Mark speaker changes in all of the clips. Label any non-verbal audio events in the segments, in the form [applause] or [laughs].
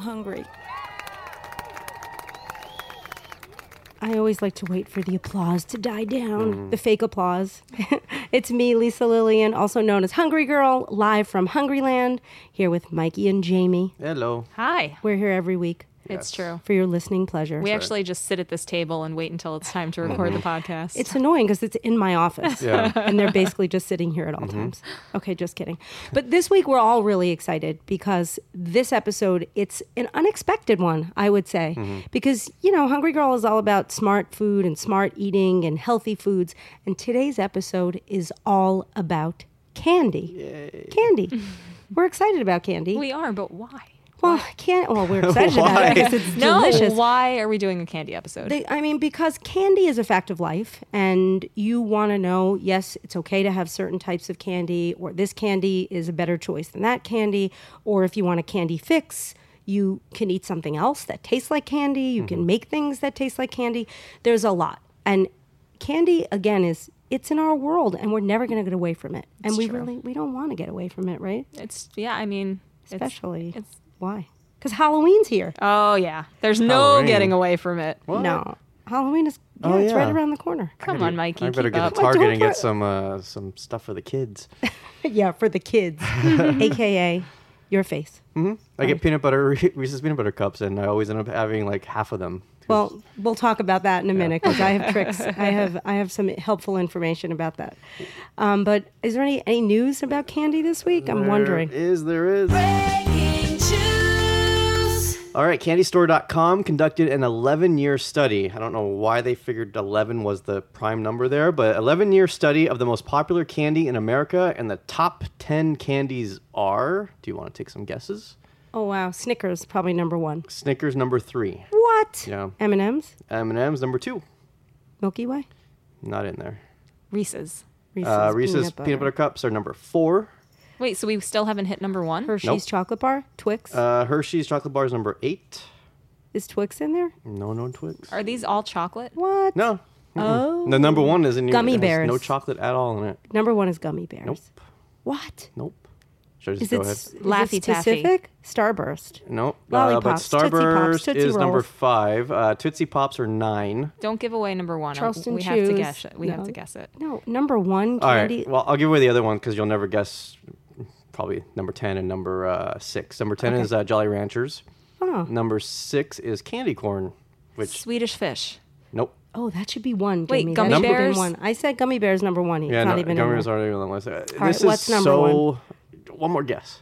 Speaker 1: hungry. I always like to wait for the applause to die down, the fake applause. [laughs] it's me, Lisa Lillian, also known as Hungry Girl, live from Hungryland, here with Mikey and Jamie.
Speaker 2: Hello.
Speaker 3: Hi.
Speaker 1: We're here every week
Speaker 3: It's true.
Speaker 1: for your listening pleasure.
Speaker 3: We actually just sit at this table and wait until it's time to record the podcast.
Speaker 1: It's annoying because it's in my office.
Speaker 2: Yeah.
Speaker 1: and they're basically just sitting here at all times. Okay, just kidding. But this week we're all really excited because this episode it's an unexpected one, I would say. Because, you know, Hungry Girl is all about smart food and smart eating and healthy foods, and today's episode is all about candy. Candy. we're excited about candy.
Speaker 3: we are, but why?
Speaker 1: well, can't well, we're excited about it because it's
Speaker 3: No,
Speaker 1: delicious.
Speaker 3: why are we doing a candy episode?
Speaker 1: They, I mean, because candy is a fact of life, and you want to know yes, it's okay to have certain types of candy, or this candy is a better choice than that candy, or if you want a candy fix, you can eat something else that tastes like candy, you can make things that taste like candy. There's a lot. And candy, again, is it's in our world, and we're never going to get away from it. and we really, we don't want to get away from it, right?
Speaker 3: it's yeah, I mean, it's-
Speaker 1: Especially.
Speaker 3: it's-
Speaker 1: why? Because Halloween's here.
Speaker 3: oh yeah, there's no
Speaker 2: Halloween.
Speaker 3: getting away from it.
Speaker 1: No. Halloween is, yeah,
Speaker 2: Oh,
Speaker 1: it's right
Speaker 2: yeah.
Speaker 1: around the corner.
Speaker 3: Come on, Mikey,
Speaker 2: I better
Speaker 3: keep
Speaker 2: get
Speaker 3: up.
Speaker 2: to Target
Speaker 1: don't
Speaker 2: and
Speaker 1: put-
Speaker 2: get some uh, some stuff for the kids.
Speaker 1: yeah, for the
Speaker 2: [laughs]
Speaker 1: kids, aka your face.
Speaker 2: I get peanut butter [laughs] Reese's peanut butter cups, and I always end up having like half of them.
Speaker 1: Well, we'll talk about that in a minute because I have
Speaker 2: [laughs]
Speaker 1: tricks. I have I have some helpful information about that. Um, but is there any any news about candy this week? I'm
Speaker 2: There
Speaker 1: wondering.
Speaker 2: Is there is. All right, candystore.com conducted an 11 year study. I don't know why they figured 11 was the prime number there, but 11 year study of the most popular candy in America, and the top 10 candies are. Do you want to take some guesses?
Speaker 1: Oh wow, Snickers probably number one.
Speaker 2: Snickers number three,
Speaker 1: What?
Speaker 2: Yeah.
Speaker 1: M and M's,
Speaker 2: M and M's number two,
Speaker 1: Milky Way,
Speaker 2: not in there.
Speaker 3: Reese's.
Speaker 1: Reese's,
Speaker 2: Uh, Reese's peanut butter cups are number four.
Speaker 3: Wait, so we still haven't hit number one?
Speaker 1: Hershey's
Speaker 2: Nope.
Speaker 1: chocolate bar, Twix.
Speaker 2: Uh, Hershey's chocolate bar is number eight.
Speaker 1: is Twix in there?
Speaker 2: No known Twix.
Speaker 3: Are these all chocolate?
Speaker 1: What?
Speaker 2: No.
Speaker 1: Oh.
Speaker 2: The number one is in your
Speaker 1: Gummy
Speaker 2: it has
Speaker 1: bears.
Speaker 2: No chocolate at all in it.
Speaker 1: Number one is gummy bears.
Speaker 2: Nope.
Speaker 1: What?
Speaker 2: Nope. Should I just
Speaker 1: Is
Speaker 2: go
Speaker 1: it
Speaker 2: ahead?
Speaker 1: s- is it
Speaker 3: Laffy Taffy.
Speaker 1: specific? Starburst.
Speaker 2: Nope. Uh, but
Speaker 1: Lollipops, Tootsie Pops,
Speaker 2: Starburst
Speaker 1: Tootsie
Speaker 2: is number
Speaker 1: Rolls.
Speaker 2: five. Uh, Tootsie Pops are nine.
Speaker 3: Don't give away number one.
Speaker 1: Charleston
Speaker 3: we have to
Speaker 1: Chews.
Speaker 3: guess it. We
Speaker 1: No.
Speaker 3: have to guess it.
Speaker 1: No, number one
Speaker 2: All right.
Speaker 1: candy.
Speaker 2: Well, I'll give away the other one because you'll never guess. Probably number ten and number uh, six. Number ten is uh, Jolly Ranchers.
Speaker 1: Oh.
Speaker 2: Number six is candy corn, which
Speaker 3: Swedish fish.
Speaker 2: nope.
Speaker 1: Oh, that should be one.
Speaker 3: Wait,
Speaker 1: Jamie. That
Speaker 3: gummy
Speaker 1: should have been
Speaker 3: bears?
Speaker 1: One. I said gummy bears number one. It's
Speaker 2: Yeah,
Speaker 1: not
Speaker 2: no,
Speaker 1: even
Speaker 2: gummy
Speaker 1: in
Speaker 2: bears
Speaker 1: there.
Speaker 2: aren't even on the list. Uh, this
Speaker 1: right,
Speaker 2: is
Speaker 1: what's number
Speaker 2: so. One? more guess.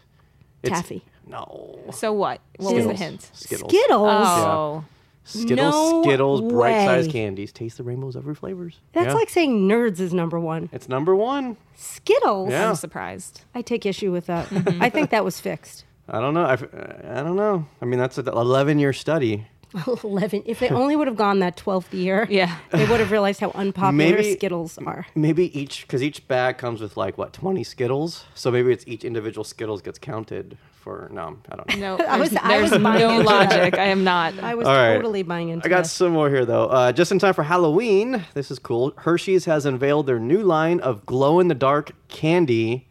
Speaker 1: Taffy.
Speaker 2: No.
Speaker 3: So what? What was the
Speaker 1: Skittles.
Speaker 3: hint?
Speaker 2: Skittles.
Speaker 1: Skittles.
Speaker 3: Oh,
Speaker 2: Skittles,
Speaker 1: No
Speaker 2: Skittles, bright size
Speaker 1: way.
Speaker 2: candies. Taste the rainbows of your flavors.
Speaker 1: That's
Speaker 2: Yeah.
Speaker 1: like saying nerds is number one.
Speaker 2: it's number one.
Speaker 1: Skittles.
Speaker 2: Yeah.
Speaker 3: I'm surprised.
Speaker 1: I take issue with that.
Speaker 3: Mm-hmm.
Speaker 1: I think that was fixed. [laughs]
Speaker 2: I don't know. I, I don't know. I mean, that's an 11 year study.
Speaker 1: Eleven. If they only would have gone that twelfth year,
Speaker 3: [laughs] Yeah.
Speaker 1: they would have realized how unpopular
Speaker 2: Maybe-
Speaker 1: Skittles are.
Speaker 2: Maybe each, because each bag comes with like what 20 Skittles. So maybe it's each individual Skittles gets counted for. No, I don't know.
Speaker 3: [laughs] No,
Speaker 1: was-
Speaker 3: there's,
Speaker 1: I was
Speaker 3: there's
Speaker 1: buying
Speaker 3: no
Speaker 1: into that.
Speaker 3: logic. I am not.
Speaker 1: I was
Speaker 2: All right.
Speaker 1: totally buying into
Speaker 2: I got
Speaker 1: this.
Speaker 2: some more here though. Uh, just in time for Halloween. This is cool. Hershey's has unveiled their new line of glow in the dark candy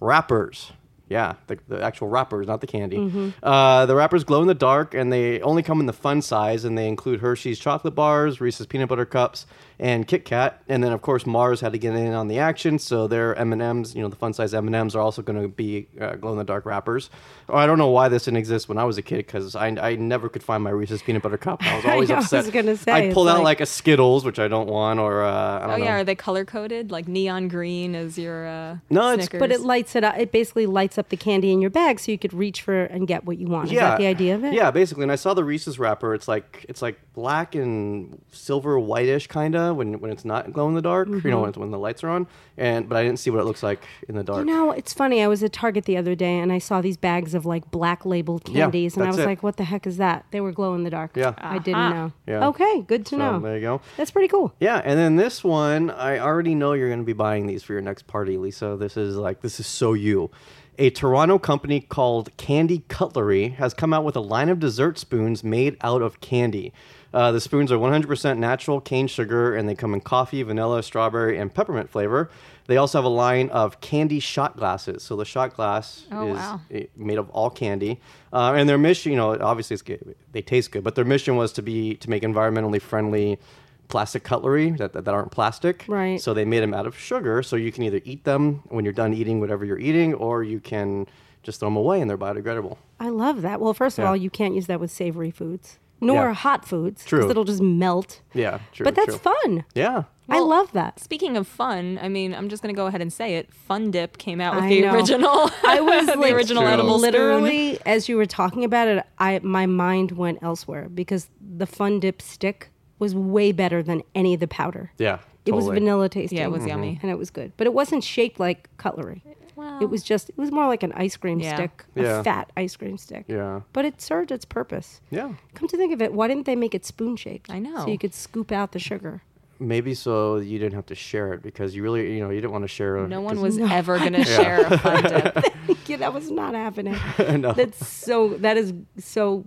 Speaker 2: wrappers. Yeah, the, the actual wrappers, not the candy. Uh, the wrappers glow in the dark, and they only come in the fun size, and they include Hershey's chocolate bars, Reese's peanut butter cups, and Kit Kat. And then, of course, Mars had to get in on the action, so their M and M's, you know, the fun size M and M's are also going to be uh, glow in the dark wrappers. Or I don't know why this didn't exist when I was a kid because I, I never could find my Reese's peanut butter cup. I was always
Speaker 1: I was
Speaker 2: upset.
Speaker 1: gonna say,
Speaker 2: I'd pull
Speaker 1: it's
Speaker 2: out
Speaker 1: like-
Speaker 2: like, a Skittles, which I don't want, or uh, I don't
Speaker 3: Oh
Speaker 2: know.
Speaker 3: yeah, are they color coded? Like neon green is your uh,
Speaker 2: No, it's-
Speaker 3: Snickers?
Speaker 1: But it lights it up. It basically lights up the candy in your bag, so you could reach for and get what you want. Is that the idea of it?
Speaker 2: Yeah, basically. And I saw the Reese's wrapper. It's like it's like black and silver, whitish kind of when when it's not glow in the dark. You know,
Speaker 1: Mm-hmm.
Speaker 2: when, it's- when the lights are on. And but I didn't see what it looks like in the dark.
Speaker 1: You know, it's funny. I was at Target the other day and I saw these bags of like black labeled
Speaker 2: Yeah,
Speaker 1: candies, and I
Speaker 2: that's
Speaker 1: was
Speaker 2: it.
Speaker 1: like, "What the heck is that?" They were glow in the dark.
Speaker 2: Yeah.
Speaker 1: I didn't know.
Speaker 2: Yeah.
Speaker 1: Okay, good to
Speaker 2: so
Speaker 1: know.
Speaker 2: there you go.
Speaker 1: That's pretty cool.
Speaker 2: Yeah, and then this one, I already know you're going to be buying these for your next party, Lisa. This is like this is so you. a Toronto company called Candy Cutlery has come out with a line of dessert spoons made out of candy. Uh, the spoons are 100% natural cane sugar, and they come in coffee, vanilla, strawberry, and peppermint flavor. They also have a line of candy shot glasses. So the shot glass
Speaker 3: Oh,
Speaker 2: is
Speaker 3: wow.
Speaker 2: i- eh, made of all candy, uh, and their mission, you know, obviously it's good, they taste good, but their mission was to be to make environmentally friendly plastic cutlery that, that, that aren't plastic.
Speaker 1: Right.
Speaker 2: So they made them out of sugar, so you can either eat them when you're done eating whatever you're eating, or you can just throw them away and they're biodegradable.
Speaker 1: I love that. Well, first of
Speaker 2: Yeah.
Speaker 1: all, you can't use that with savory foods nor
Speaker 2: Yeah.
Speaker 1: hot foods
Speaker 2: True.
Speaker 1: because it'll just melt.
Speaker 2: Yeah, true.
Speaker 1: but that's
Speaker 2: true.
Speaker 1: fun.
Speaker 2: Yeah.
Speaker 1: I
Speaker 3: Well,
Speaker 1: love that.
Speaker 3: Speaking of fun, I mean, I'm just going to go ahead and say it. Fun Dip came out with
Speaker 1: I
Speaker 3: the
Speaker 1: know.
Speaker 3: original.
Speaker 1: [laughs]
Speaker 3: [laughs]
Speaker 1: I was
Speaker 3: the
Speaker 1: like,
Speaker 3: original
Speaker 2: True.
Speaker 3: edible spoon.
Speaker 1: literally as you were talking about it, I my mind went elsewhere because the fun dip stick was way better than any of the powder.
Speaker 2: Yeah.
Speaker 1: It was
Speaker 2: totally.
Speaker 1: vanilla tasting.
Speaker 3: Yeah, it was Mhm. yummy.
Speaker 1: and it was good. But it wasn't shaped like cutlery.
Speaker 3: Well.
Speaker 1: It was just it was more like an ice cream
Speaker 3: Yeah.
Speaker 1: stick,
Speaker 2: Yeah.
Speaker 1: a fat ice cream stick.
Speaker 2: Yeah.
Speaker 1: But it served its purpose.
Speaker 2: Yeah.
Speaker 1: Come to think of it, why didn't they make it spoon shaped?
Speaker 3: I know.
Speaker 1: So you could scoop out the
Speaker 3: [laughs]
Speaker 1: sugar. [laughs]
Speaker 2: Maybe so you didn't have to share it because you really, you know, you didn't want to share. a-
Speaker 3: No
Speaker 2: 'cause-
Speaker 3: one was ever [laughs] going to share a Fun [laughs] Dip.
Speaker 1: yeah, that was not
Speaker 2: [laughs]
Speaker 1: happening. That's so. That is so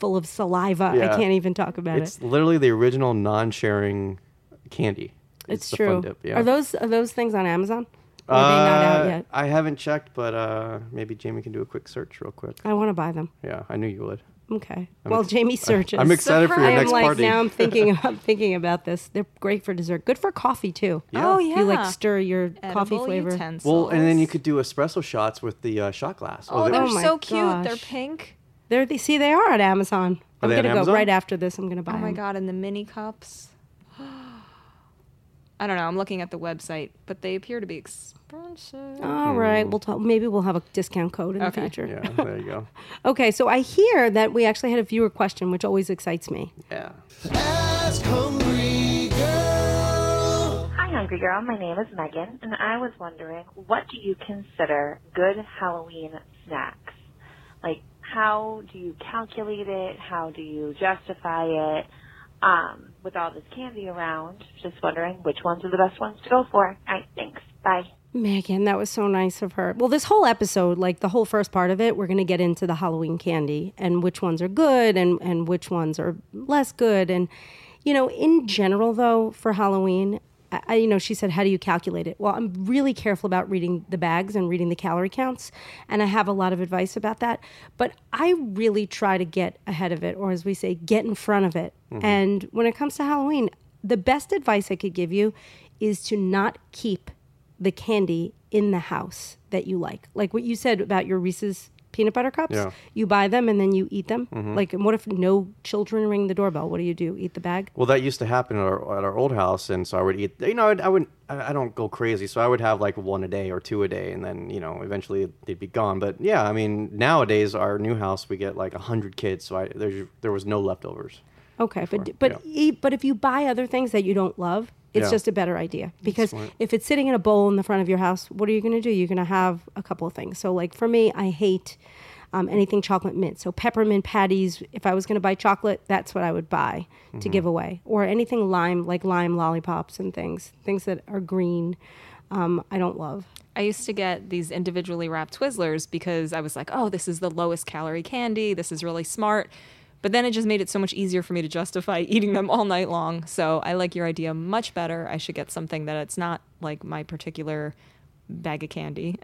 Speaker 1: full of saliva.
Speaker 2: Yeah.
Speaker 1: I can't even talk about
Speaker 2: It's
Speaker 1: it.
Speaker 2: literally the original non-sharing candy.
Speaker 1: It's
Speaker 2: the
Speaker 1: true.
Speaker 2: Fun dip, yeah.
Speaker 1: Are those are those things on Amazon? Or Are they not out
Speaker 2: Uh,
Speaker 1: yet?
Speaker 2: I haven't checked, but uh, maybe Jamie can do a quick search real quick.
Speaker 1: I want to buy them.
Speaker 2: Yeah, I knew you would.
Speaker 1: Okay. well, Jamie searches. [laughs]
Speaker 2: I'm excited for your
Speaker 1: I am
Speaker 2: next
Speaker 1: like
Speaker 2: party.
Speaker 1: now. I'm
Speaker 2: [laughs]
Speaker 1: thinking. I'm thinking about this. They're great for dessert. Good for coffee too.
Speaker 2: Yeah.
Speaker 3: Oh,
Speaker 1: If
Speaker 3: yeah.
Speaker 1: You like stir your coffee
Speaker 3: Edible
Speaker 1: flavor.
Speaker 3: Utensils.
Speaker 2: well, and then you could do espresso shots with the uh, shot glass.
Speaker 3: Oh,
Speaker 2: they-
Speaker 3: they're
Speaker 1: Oh my
Speaker 3: so cute. They're
Speaker 1: gosh.
Speaker 3: pink.
Speaker 1: There they see they are at Amazon.
Speaker 2: Are
Speaker 1: I'm
Speaker 2: they on
Speaker 1: gonna go
Speaker 2: Amazon?
Speaker 1: right after this. I'm gonna buy.
Speaker 3: Oh my
Speaker 1: them.
Speaker 3: god, and the mini cups. [gasps] I don't know. I'm looking at the website, but they appear to be expensive.
Speaker 1: All right, we'll talk. Maybe we'll have a discount code in
Speaker 3: Okay.
Speaker 1: the future.
Speaker 2: Hmm. yeah, there you go.
Speaker 1: [laughs] Okay, so I hear that we actually had a viewer question, which always excites me.
Speaker 2: Yeah.
Speaker 4: Ask Hungry Girl.
Speaker 5: Hi, Hungry Girl. My name is Megan, and I was wondering what do you consider good Halloween snacks? Like, how do you calculate it? How do you justify it? Um, with all this candy around, just wondering which ones are the best ones to go for. All right, thanks. Bye.
Speaker 1: Megan, that was so nice of her. Well, this whole episode, like the whole first part of it, we're going to get into the Halloween candy and which ones are good and, and which ones are less good. And, you know, in general, though, for Halloween, I, I- you know, she said, how do you calculate it? Well, I'm really careful about reading the bags and reading the calorie counts. And I have a lot of advice about that. But I really try to get ahead of it, or as we say, get in front of it. And when it comes to Halloween, the best advice I could give you is to not keep the candy in the house that you like. Like what you said about your Reese's peanut butter cups.
Speaker 2: Yeah.
Speaker 1: You buy them and then you eat them. Like, and what if no children ring the doorbell? What do you do? Eat the bag?
Speaker 2: Well, that used to happen at our, at our old house, and so I would eat. You know, I'd, I would. I I don't go crazy, so I would have like one a day or two a day, and then you know, eventually they'd be gone. But yeah, I mean, nowadays our new house we get like hundred kids, so I, there's there was no leftovers.
Speaker 1: Okay, but but
Speaker 2: yeah.
Speaker 1: eat, but if you buy other things that you don't love, it's
Speaker 2: Yeah.
Speaker 1: just a better idea because if it's sitting in a bowl in the front of your house, what are you going to do? You're going to have a couple of things. So like for me, I hate um, anything chocolate mint. So peppermint patties. If I was going to buy chocolate, that's what I would buy to
Speaker 2: Mm-hmm.
Speaker 1: give away, or anything lime like lime lollipops and things, things that are green. Um, I don't love.
Speaker 3: I used to get these individually wrapped Twizzlers because I was like, oh, this is the lowest calorie candy. This is really smart. But then it just made it so much easier for me to justify [laughs] eating them all night long. So I like your idea much better. I should get something that it's not like my particular bag of candy.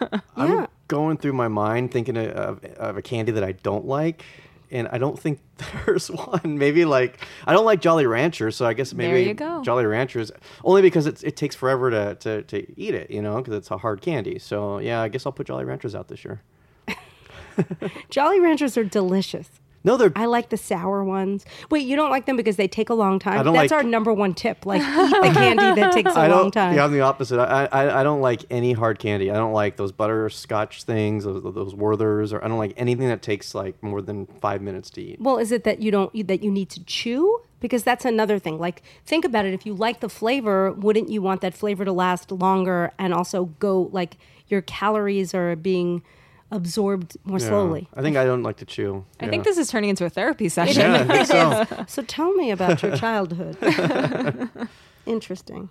Speaker 3: [laughs]
Speaker 2: I'm going through my mind thinking of, of a candy that I don't like, and I don't think [laughs] there's one. Maybe like I don't like Jolly Ranchers, so I guess maybe
Speaker 3: you go.
Speaker 2: Jolly Ranchers only because it, it takes forever to, to, to eat it, you know, because it's a hard candy. So yeah, I guess I'll put Jolly Ranchers out this year.
Speaker 1: Jolly Ranchers are delicious.
Speaker 2: No, they're
Speaker 1: I like the sour ones. Wait, you don't like them because they take a long time.
Speaker 2: I don't
Speaker 1: That's
Speaker 2: like-
Speaker 1: our number one tip. Like
Speaker 2: [laughs]
Speaker 1: eat the candy that takes a
Speaker 2: I don't,
Speaker 1: long time.
Speaker 2: Yeah, I'm the opposite. I, I I don't like any hard candy. I don't like those butterscotch things, those, those Werthers, or I don't like anything that takes like more than five minutes to eat.
Speaker 1: Well, is it that you don't you- that you need to chew? Because that's another thing. Like think about it. If you like the flavor, wouldn't you want that flavor to last longer and also go like your calories are being absorbed more
Speaker 2: Yeah.
Speaker 1: slowly?
Speaker 2: I think I don't like to chew.
Speaker 3: I think
Speaker 2: Yeah.
Speaker 3: this is turning into a therapy session.
Speaker 2: Yeah,
Speaker 1: [laughs]
Speaker 2: I [laughs] think so.
Speaker 1: So tell me about your childhood. Interesting.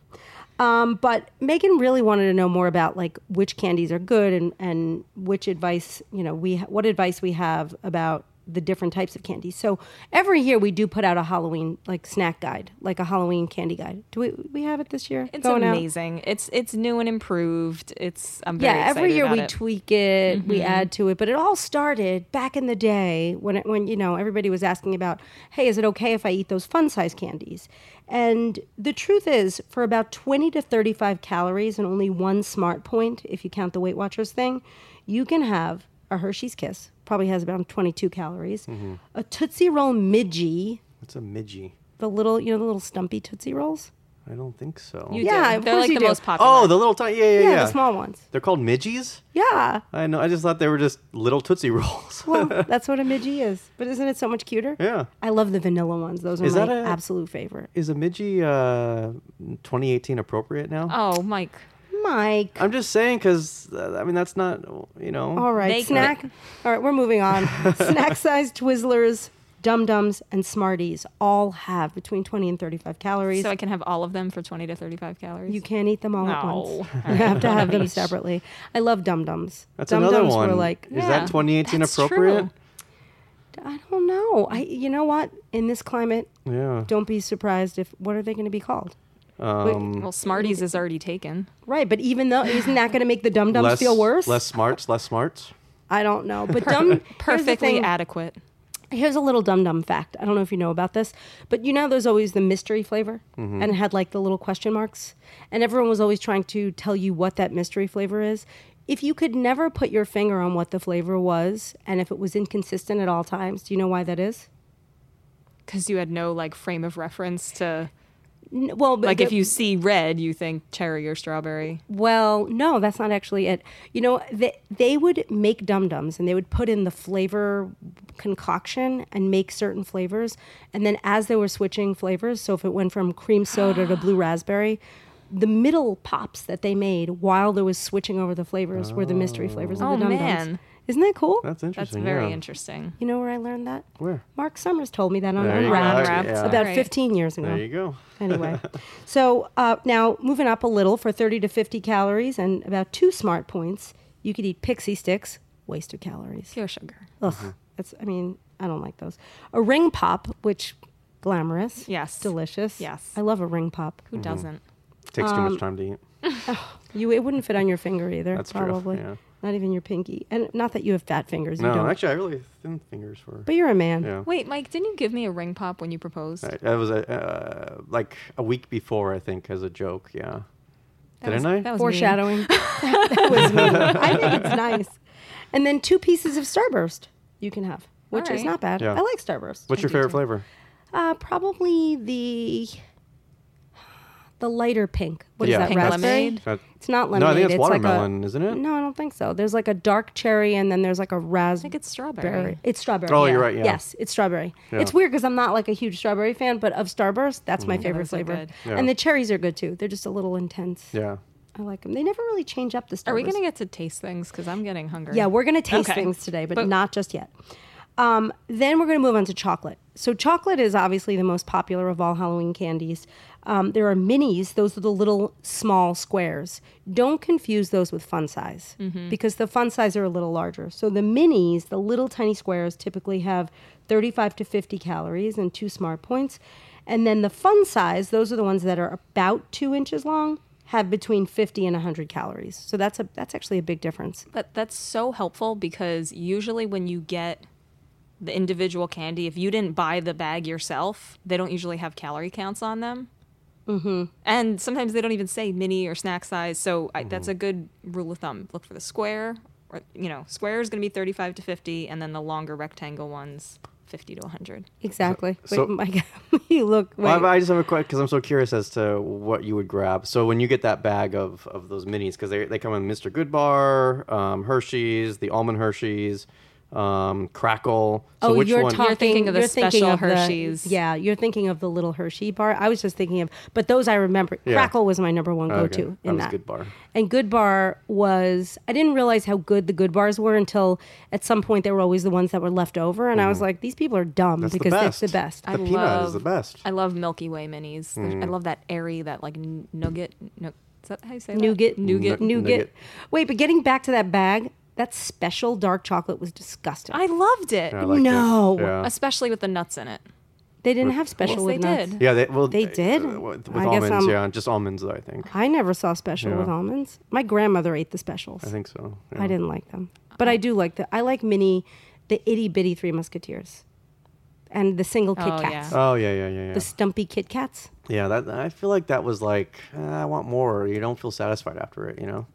Speaker 1: Um, but Megan really wanted to know more about like which candies are good and, and which advice, you know, we what advice we have about the different types of candies. So every year we do put out a Halloween like snack guide, like a Halloween candy guide. Do we we have it this year?
Speaker 3: [laughs] It's
Speaker 1: Going out?
Speaker 3: amazing. It's it's new and improved. It's I'm very
Speaker 1: yeah every
Speaker 3: excited
Speaker 1: year
Speaker 3: about
Speaker 1: we
Speaker 3: it. Mm-hmm.
Speaker 1: tweak it we add to it but it all started back in the day when it, when you know everybody was asking about hey is it okay if i eat those fun size candies and the truth is for about 20 to 35 calories and only one smart point if you count the weight watchers thing you can have a hershey's kiss probably has about 22 calories
Speaker 3: Mm-hmm.
Speaker 1: a tootsie roll midgie
Speaker 2: It's a midgie.
Speaker 1: the little you know the little stumpy tootsie rolls
Speaker 2: I don't think so.
Speaker 3: You
Speaker 1: Yeah,
Speaker 3: do.
Speaker 1: of
Speaker 3: they're
Speaker 1: course
Speaker 3: like
Speaker 1: you
Speaker 3: the
Speaker 1: do.
Speaker 3: most popular.
Speaker 2: oh, the little tiny. Yeah, yeah, yeah.
Speaker 1: yeah the small ones
Speaker 2: They're called midgies.
Speaker 3: [laughs]
Speaker 1: yeah
Speaker 2: I know. I just thought they were just little tootsie rolls.
Speaker 1: Well, that's what a midgie is. But isn't it so much cuter?
Speaker 2: [laughs] Yeah.
Speaker 1: I love the vanilla ones. Those are
Speaker 2: Is
Speaker 1: my
Speaker 2: that a-
Speaker 1: absolute favorite.
Speaker 2: Is a midgie uh, 2018 appropriate now?
Speaker 1: Uh,
Speaker 3: oh, Mike.
Speaker 1: Mike.
Speaker 2: I'm just saying because uh, I mean that's not you know.
Speaker 3: Oh,
Speaker 1: All right.
Speaker 3: They-
Speaker 1: snack. All right, we're moving on.
Speaker 2: [laughs]
Speaker 1: snack sized Twizzlers, Dum Dums, and Smarties all have between 20 and 35 calories.
Speaker 3: So I can have all of them for 20 to 35 calories.
Speaker 1: you can't eat them all at
Speaker 3: No.
Speaker 1: once.
Speaker 3: All
Speaker 1: [laughs] You have to have them
Speaker 3: Nice.
Speaker 1: separately. I love Dum Dums.
Speaker 2: That's
Speaker 1: Dum
Speaker 2: another
Speaker 1: Dums
Speaker 2: one.
Speaker 1: were like,
Speaker 2: is
Speaker 3: Yeah,
Speaker 2: that 2018
Speaker 3: that's
Speaker 2: appropriate?
Speaker 1: I don't know. I, you know what? In this climate,
Speaker 2: Yeah.
Speaker 1: don't be surprised if what are they going to be called?
Speaker 2: Um,
Speaker 3: well, Smarties is already taken.
Speaker 1: Right, but even though isn't that going to make the Dum Dums
Speaker 2: less
Speaker 1: feel worse?
Speaker 2: Less smarts. Less smarts.
Speaker 1: I don't know, but dumb. Here's,
Speaker 3: Perfectly
Speaker 1: the thing-
Speaker 3: adequate.
Speaker 1: here's a little dum dum fact. I don't know if you know about this, but you know, there's always the mystery flavor, and it had like the little question marks, and everyone was always trying to tell you what that mystery flavor is. If you could never put your finger on what the flavor was, and if it was inconsistent at all times, do you know why that is?
Speaker 3: Because you had no like frame of reference to
Speaker 1: N- Well, but
Speaker 3: like
Speaker 1: the-
Speaker 3: if you see red, you think cherry or strawberry.
Speaker 1: Well, no, that's not actually it. You know, they, they would make dum dums and they would put in the flavor concoction and make certain flavors. And then as they were switching flavors, so if it went from cream soda to
Speaker 2: [gasps]
Speaker 1: blue raspberry, the middle pops that they made while there was switching over the flavors were the mystery flavors of
Speaker 3: Oh,
Speaker 1: the dum dums.
Speaker 3: man.
Speaker 1: Isn't that cool?
Speaker 2: That's
Speaker 3: That's
Speaker 2: interesting.
Speaker 3: very
Speaker 2: yeah.
Speaker 3: interesting.
Speaker 1: you know where I learned that?
Speaker 2: Where?
Speaker 1: Mark Summers told me that on
Speaker 2: There you go.
Speaker 1: Unwrapped
Speaker 3: Unwrapped.
Speaker 2: Yeah.
Speaker 1: about
Speaker 3: Right.
Speaker 1: 15 years ago
Speaker 2: There you go.
Speaker 1: anyway. [laughs] so uh, now moving up a little for 30 to 50 calories and about two smart points, you could eat pixie sticks, waste of calories.
Speaker 3: Pure sugar.
Speaker 1: Ugh,
Speaker 2: Mm-hmm.
Speaker 1: that's I mean I don't like those. A ring pop, which glamorous,
Speaker 3: Yes.
Speaker 1: delicious,
Speaker 3: Yes.
Speaker 1: I love a ring pop.
Speaker 2: Mm-hmm.
Speaker 3: Who doesn't?
Speaker 2: Takes
Speaker 1: Um,
Speaker 2: too much time to eat.
Speaker 1: You it wouldn't fit on your finger either.
Speaker 2: That's true,
Speaker 1: probably
Speaker 2: yeah.
Speaker 1: not even your pinky, and not that you have fat fingers. you
Speaker 2: No,
Speaker 1: don't.
Speaker 2: actually, I really thin fingers were.
Speaker 1: but you're a man.
Speaker 2: Yeah.
Speaker 3: Wait, Mike, didn't you give me a ring pop when you proposed?
Speaker 2: Right. That was a, uh, like a week before, I think, as a joke. Yeah.
Speaker 3: That
Speaker 2: Didn't
Speaker 3: was-
Speaker 2: I?
Speaker 3: That was mean. [laughs]
Speaker 1: Foreshadowing. that was me. I think it's nice. And then two pieces of Starburst you can have, which
Speaker 3: All
Speaker 1: is
Speaker 3: right.
Speaker 1: not bad.
Speaker 2: Yeah.
Speaker 1: I like Starburst.
Speaker 2: What's your favorite flavor?
Speaker 1: Uh, probably the the lighter pink. What is
Speaker 2: Yeah,
Speaker 1: that?
Speaker 3: Pink
Speaker 1: raspberry?
Speaker 3: lemonade?
Speaker 2: That-
Speaker 1: It's not
Speaker 2: no, I
Speaker 1: lemonade.
Speaker 2: think it's,
Speaker 1: it's
Speaker 2: watermelon,
Speaker 1: Like
Speaker 2: isn't
Speaker 1: a,
Speaker 2: it?
Speaker 1: no, I don't think so. There's like a dark cherry, and then there's like a
Speaker 3: I think
Speaker 1: raspberry.
Speaker 3: it's strawberry.
Speaker 1: It's strawberry.
Speaker 2: Oh, you're right, yeah.
Speaker 1: Yes, it's strawberry.
Speaker 2: Yeah.
Speaker 1: It's weird because I'm not like a huge strawberry fan, but of Starburst, that's my favorite
Speaker 3: those are
Speaker 1: flavor.
Speaker 3: good.
Speaker 2: Mm-hmm. Yeah.
Speaker 1: And the cherries are good too. They're just a little intense.
Speaker 2: Yeah.
Speaker 1: I like them. They never really change up the Starburst.
Speaker 3: Are we going to get to taste things? Because I'm getting hungry.
Speaker 1: Yeah, we're going to taste
Speaker 3: Okay.
Speaker 1: things today, but,
Speaker 3: But-
Speaker 1: not just yet. Um, then we're going to move on to chocolate. So, chocolate is obviously the most popular of all Halloween candies. Um, there are minis, those are the little small squares. Don't confuse those with fun size because the fun size are a little larger. So, the minis, the little tiny squares, typically have 35 to 50 calories and two smart points. And then the fun size, those are the ones that are about two inches long, have between 50 and 100 calories. So, that's, a, that's actually a big difference.
Speaker 3: That that's so helpful because usually when you get the individual candy, if you didn't buy the bag yourself, they don't usually have calorie counts on them. Mm-hmm. And sometimes they don't even say mini or snack size. So I,
Speaker 2: Mm-hmm.
Speaker 3: that's a good rule of thumb. Look for the square. Or, you know, square is going to be 35 to 50, and then the longer rectangle ones, 50 to 100.
Speaker 1: Exactly.
Speaker 2: so-
Speaker 1: wait, Mike, [laughs] you look. Wait.
Speaker 2: Well, I I just have a question because I'm so curious as to what you would grab. So when you get that bag of, of those minis, because they, they come in Mr. Goodbar, um, Hershey's, the almond Hershey's, um, Crackle. So
Speaker 1: oh,
Speaker 2: which
Speaker 1: you're
Speaker 2: one?
Speaker 1: talking.
Speaker 3: You're thinking of the
Speaker 1: thinking
Speaker 3: special
Speaker 1: of the-
Speaker 3: Hershey's.
Speaker 1: yeah, you're thinking of the little Hershey bar. I was just thinking of, but those I remember.
Speaker 2: Yeah. Oh,
Speaker 1: Crackle was my number one
Speaker 2: Okay,
Speaker 1: go-to in
Speaker 2: that was good bar.
Speaker 1: And Good Bar was, I didn't realize how good the Good Bars were until at some point they were always the ones that were left over. And I was like, these people are dumb
Speaker 2: Mm-hmm. That's the
Speaker 1: because that's the
Speaker 2: best.
Speaker 1: best.
Speaker 2: The peanut is the best. Mm.
Speaker 3: I love Milky Way minis. There's- I love that airy, that like n- nugget. Nu- is that how you say that?
Speaker 1: nougat, nougat,
Speaker 2: Nougat. Nougat.
Speaker 1: nougat. Wait, but getting back to that bag, that special dark chocolate was disgusting.
Speaker 3: I loved it,
Speaker 2: I liked it.
Speaker 1: No.
Speaker 2: Yeah.
Speaker 3: especially with the nuts in it.
Speaker 1: they didn't have special
Speaker 3: Yes,
Speaker 1: with
Speaker 3: they
Speaker 1: nuts.
Speaker 3: did.
Speaker 2: Yeah, they, well,
Speaker 1: They did?
Speaker 2: uh, with, with
Speaker 1: I guess
Speaker 2: almonds.
Speaker 1: I'm-
Speaker 2: yeah, just almonds though. I think.
Speaker 1: I never saw special with almonds. My grandmother ate the specials.
Speaker 2: I think so. yeah.
Speaker 1: I didn't like them,
Speaker 3: Uh-uh.
Speaker 1: but I do like the. I like mini, the itty bitty Three Musketeers, and the single Kit
Speaker 3: Oh,
Speaker 1: Kats,
Speaker 3: yeah.
Speaker 2: Oh yeah, yeah, yeah, yeah.
Speaker 1: the stumpy Kit Kats.
Speaker 2: yeah, that I feel like that was like "Ah, I want more. You don't feel satisfied after it, you know.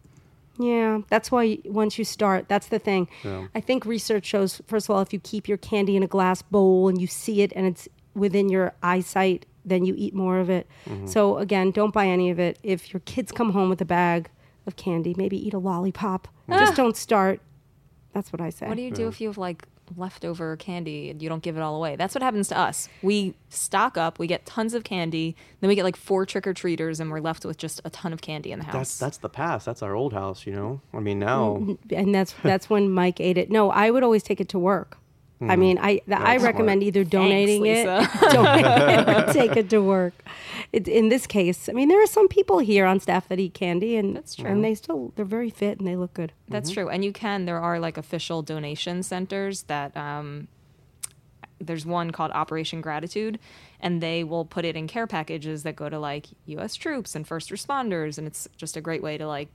Speaker 1: Yeah, that's why y- once you start, that's the thing. I think research shows, first of all, if you keep your candy in a glass bowl and you see it and it's within your eyesight, then you eat more of it. So, again, don't buy any of it. If your kids come home with a bag of candy, maybe eat a lollipop. Just don't start. That's what I say.
Speaker 3: What do you do if you have like leftover candy and you don't give it all away? That's what happens to us. We stock up, we get tons of candy, then we get like four trick or treaters, and we're left with just a ton of candy in the
Speaker 2: That's
Speaker 3: house.
Speaker 2: that's the past. That's our old house, you know. I mean, now
Speaker 1: and that's that's when Mike ate it. No, I would always take it to work. I mean, I the, I
Speaker 2: smart.
Speaker 1: recommend either donating
Speaker 3: Thanks,
Speaker 1: it,
Speaker 3: [laughs]
Speaker 1: donate it, or [laughs] take it to work. It, in this case, I mean, there are some people here on staff that eat candy, and
Speaker 3: That's true.
Speaker 1: And they still they're very fit and they look good.
Speaker 3: That's true. And you can, there are like official donation centers that, um, there's one called Operation Gratitude, and they will put it in care packages that go to like U.S. troops and first responders, and it's just a great way to like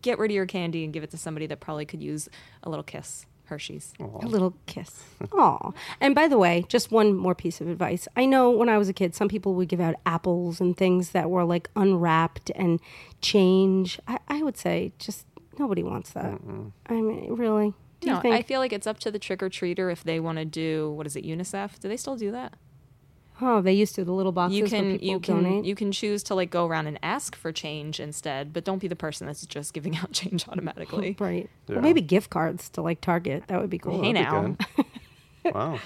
Speaker 3: get rid of your candy and give it to somebody that probably could use a little kiss. Hershey's.
Speaker 1: A little kiss. Aw. And by the way, just one more piece of advice. I know when I was a kid, some people would give out apples and things that were like unwrapped and change. I, I would say just nobody wants that. I mean, really. Do
Speaker 3: No,
Speaker 1: you think?
Speaker 3: I feel like it's up to the trick or treater if they want to do what is it UNICEF? Do they still do that?
Speaker 1: Oh, they used to the little boxes.
Speaker 3: You can
Speaker 1: where people
Speaker 3: you can
Speaker 1: donate.
Speaker 3: you can choose to like go around and ask for change instead, but don't be the person that's just giving [laughs] out change automatically.
Speaker 1: right?
Speaker 2: Yeah.
Speaker 1: Well, maybe gift cards to like Target. That would be cool.
Speaker 3: Hey,
Speaker 2: that'd be good. wow.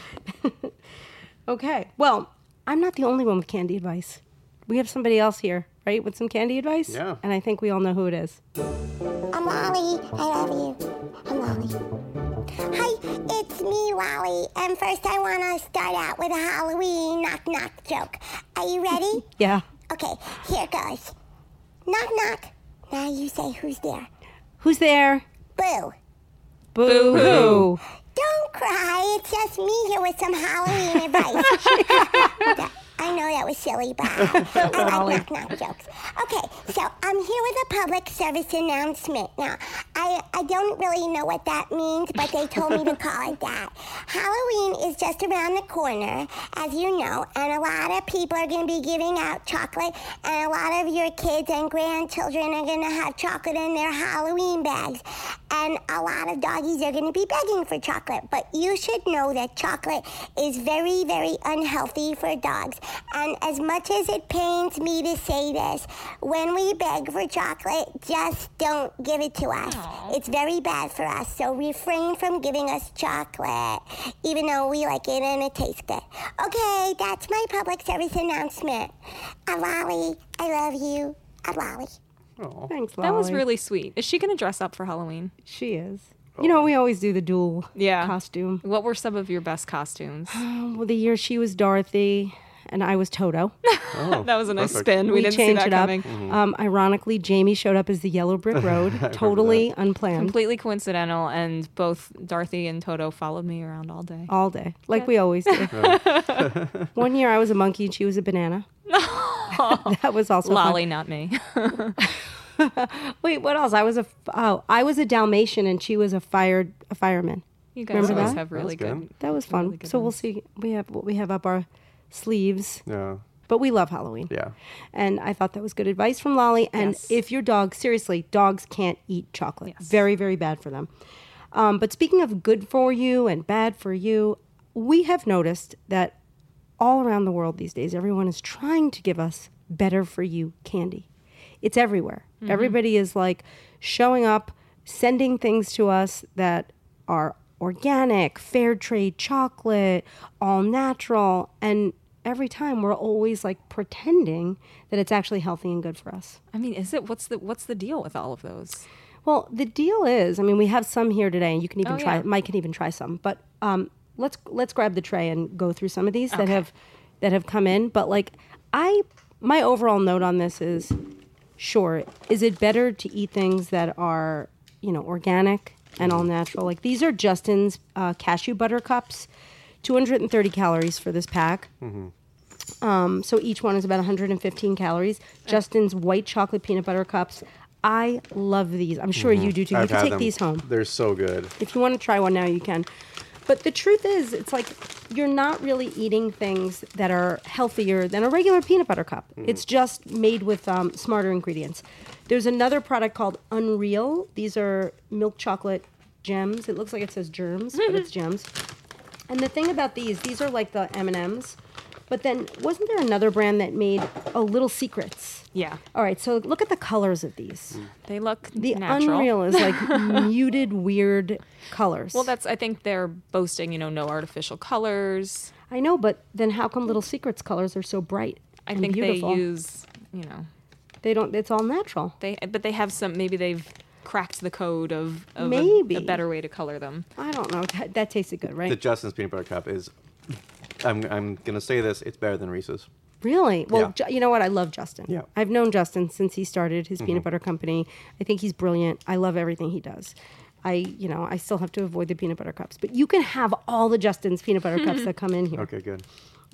Speaker 1: Okay. Well, I'm not the only one with candy advice. We have somebody else here, right, with some candy advice.
Speaker 2: Yeah.
Speaker 1: And I think we all know who it is.
Speaker 6: I'm Lolly. I love you. I'm Lolly. Hi, it's me, Lolly. And first, I want to start out with a Halloween knock knock joke. Are you ready?
Speaker 1: Yeah.
Speaker 6: okay, here goes. Knock knock. Now you say who's there.
Speaker 1: Who's there?
Speaker 6: Boo.
Speaker 1: Boo hoo.
Speaker 6: Don't cry. It's just me here with some Halloween advice. That- I know that was silly, but I, I like knock knock jokes. Okay, so I'm here with a public service announcement. Now, I, I don't really know what that means, but they told me to call it that. Halloween is just around the corner, as you know, and a lot of people are going to be giving out chocolate, and a lot of your kids and grandchildren are going to have chocolate in their Halloween bags. And a lot of doggies are going to be begging for chocolate, but you should know that chocolate is very, very unhealthy for dogs. And as much as it pains me to say this, when we beg for chocolate, just don't give it to us. It's very bad for us, so refrain from giving us chocolate, even though we like it and it tastes good. Okay, that's my public service announcement. Alali, I love you. Alali.
Speaker 1: Thanks, Lolly.
Speaker 3: That was really sweet. Is she going to dress up for Halloween?
Speaker 1: She is. You know, we always do the dual
Speaker 3: Yeah.
Speaker 1: costume.
Speaker 3: What were some of your best costumes?
Speaker 1: Well, the year she was Dorothy and I was Toto.
Speaker 3: that was a nice
Speaker 2: Oh, perfect.
Speaker 3: spin. [laughs] We, didn't see that coming.
Speaker 1: up. Um, ironically, Jamie showed up as the Yellow Brick Road, totally unplanned,
Speaker 3: Completely coincidental, and both Dorothy and Toto followed me around all day.
Speaker 1: all day, like we always do. One year I was a monkey and she was a
Speaker 3: [laughs]
Speaker 1: banana. [laughs] that was also fun.
Speaker 3: Lolly, not me. [laughs]
Speaker 1: Wait, what else? I was a f- oh, I was a Dalmatian and she was a fired a fireman.
Speaker 3: you guys
Speaker 1: Remember
Speaker 3: always
Speaker 1: that?
Speaker 3: have really
Speaker 2: That's
Speaker 3: good.
Speaker 2: good.
Speaker 1: That was fun. so we'll see. We have what we have up our sleeves,
Speaker 2: Yeah.
Speaker 1: but we love Halloween.
Speaker 2: Yeah.
Speaker 1: And I thought that was good advice from Lolly. And
Speaker 3: Yes.
Speaker 1: if your dog, seriously, dogs can't eat chocolate. Very, very bad for them. Um, but speaking of good for you and bad for you, we have noticed that all around the world these days, everyone is trying to give us better for you candy. It's everywhere.
Speaker 3: Mm-hmm.
Speaker 1: Everybody is like showing up, sending things to us that are organic, fair trade chocolate, all natural. And every time we're always like pretending that it's actually healthy and good for us.
Speaker 3: I mean, is it what's the what's the deal with all of those?
Speaker 1: Well, the deal is, I mean, we have some here today, and you can even
Speaker 3: Oh,
Speaker 1: try.
Speaker 3: yeah.
Speaker 1: Mike can even try some, but um, let's let's grab the tray and go through some of these that have that have come in. But like, I my overall note on this is, sure, is it better to eat things that are you know organic and all natural? Like these are Justin's uh, cashew butter cups, 230 calories for this pack.
Speaker 2: Mm-hmm.
Speaker 1: Um, so each one is about 115 calories. Justin's white chocolate peanut butter cups. I love these. I'm sure you do too. you
Speaker 2: Mm-hmm. I've
Speaker 1: can
Speaker 2: had
Speaker 1: take
Speaker 2: them.
Speaker 1: these home.
Speaker 2: They're so good.
Speaker 1: If you want to try one now, you can. But the truth is, it's like you're not really eating things that are healthier than a regular peanut butter cup.
Speaker 3: Mm.
Speaker 1: It's just made with um, smarter ingredients. There's another product called Unreal. These are milk chocolate gems. It looks like it says germs, but
Speaker 3: [laughs]
Speaker 1: it's gems. And the thing about these, these are like the M&Ms. But then wasn't there another brand that made a little secrets?
Speaker 3: Yeah,
Speaker 1: All right, so look at the colors of these.
Speaker 3: they look
Speaker 1: The
Speaker 3: Mm. natural.
Speaker 1: unreal is
Speaker 3: [laughs]
Speaker 1: like muted, weird colors.
Speaker 3: Well, that's I think they're boasting, you know, no artificial colors.
Speaker 1: I know, but then how come Little Secrets colors are so bright?
Speaker 3: I
Speaker 1: and
Speaker 3: think
Speaker 1: beautiful?
Speaker 3: they use, you know,
Speaker 1: They don't. It's all natural.
Speaker 3: they but they have some. Maybe they've cracked the code of, of a-
Speaker 1: Maybe.
Speaker 3: a better way to color them.
Speaker 1: I don't know. That, that tasted good, right?
Speaker 2: The Justin's peanut butter cup is. I'm I'm gonna say this. It's better than Reese's.
Speaker 1: Really? Well,
Speaker 2: Yeah.
Speaker 1: Ju- you know what? I love Justin.
Speaker 2: Yeah. Mm-hmm.
Speaker 1: I've known Justin since he started his peanut butter company. I think he's brilliant. I love everything he does. I, you know, I still have to avoid the peanut butter cups, but you can have all the Justin's peanut butter
Speaker 3: [laughs]
Speaker 1: cups that come in here.
Speaker 2: Okay, good.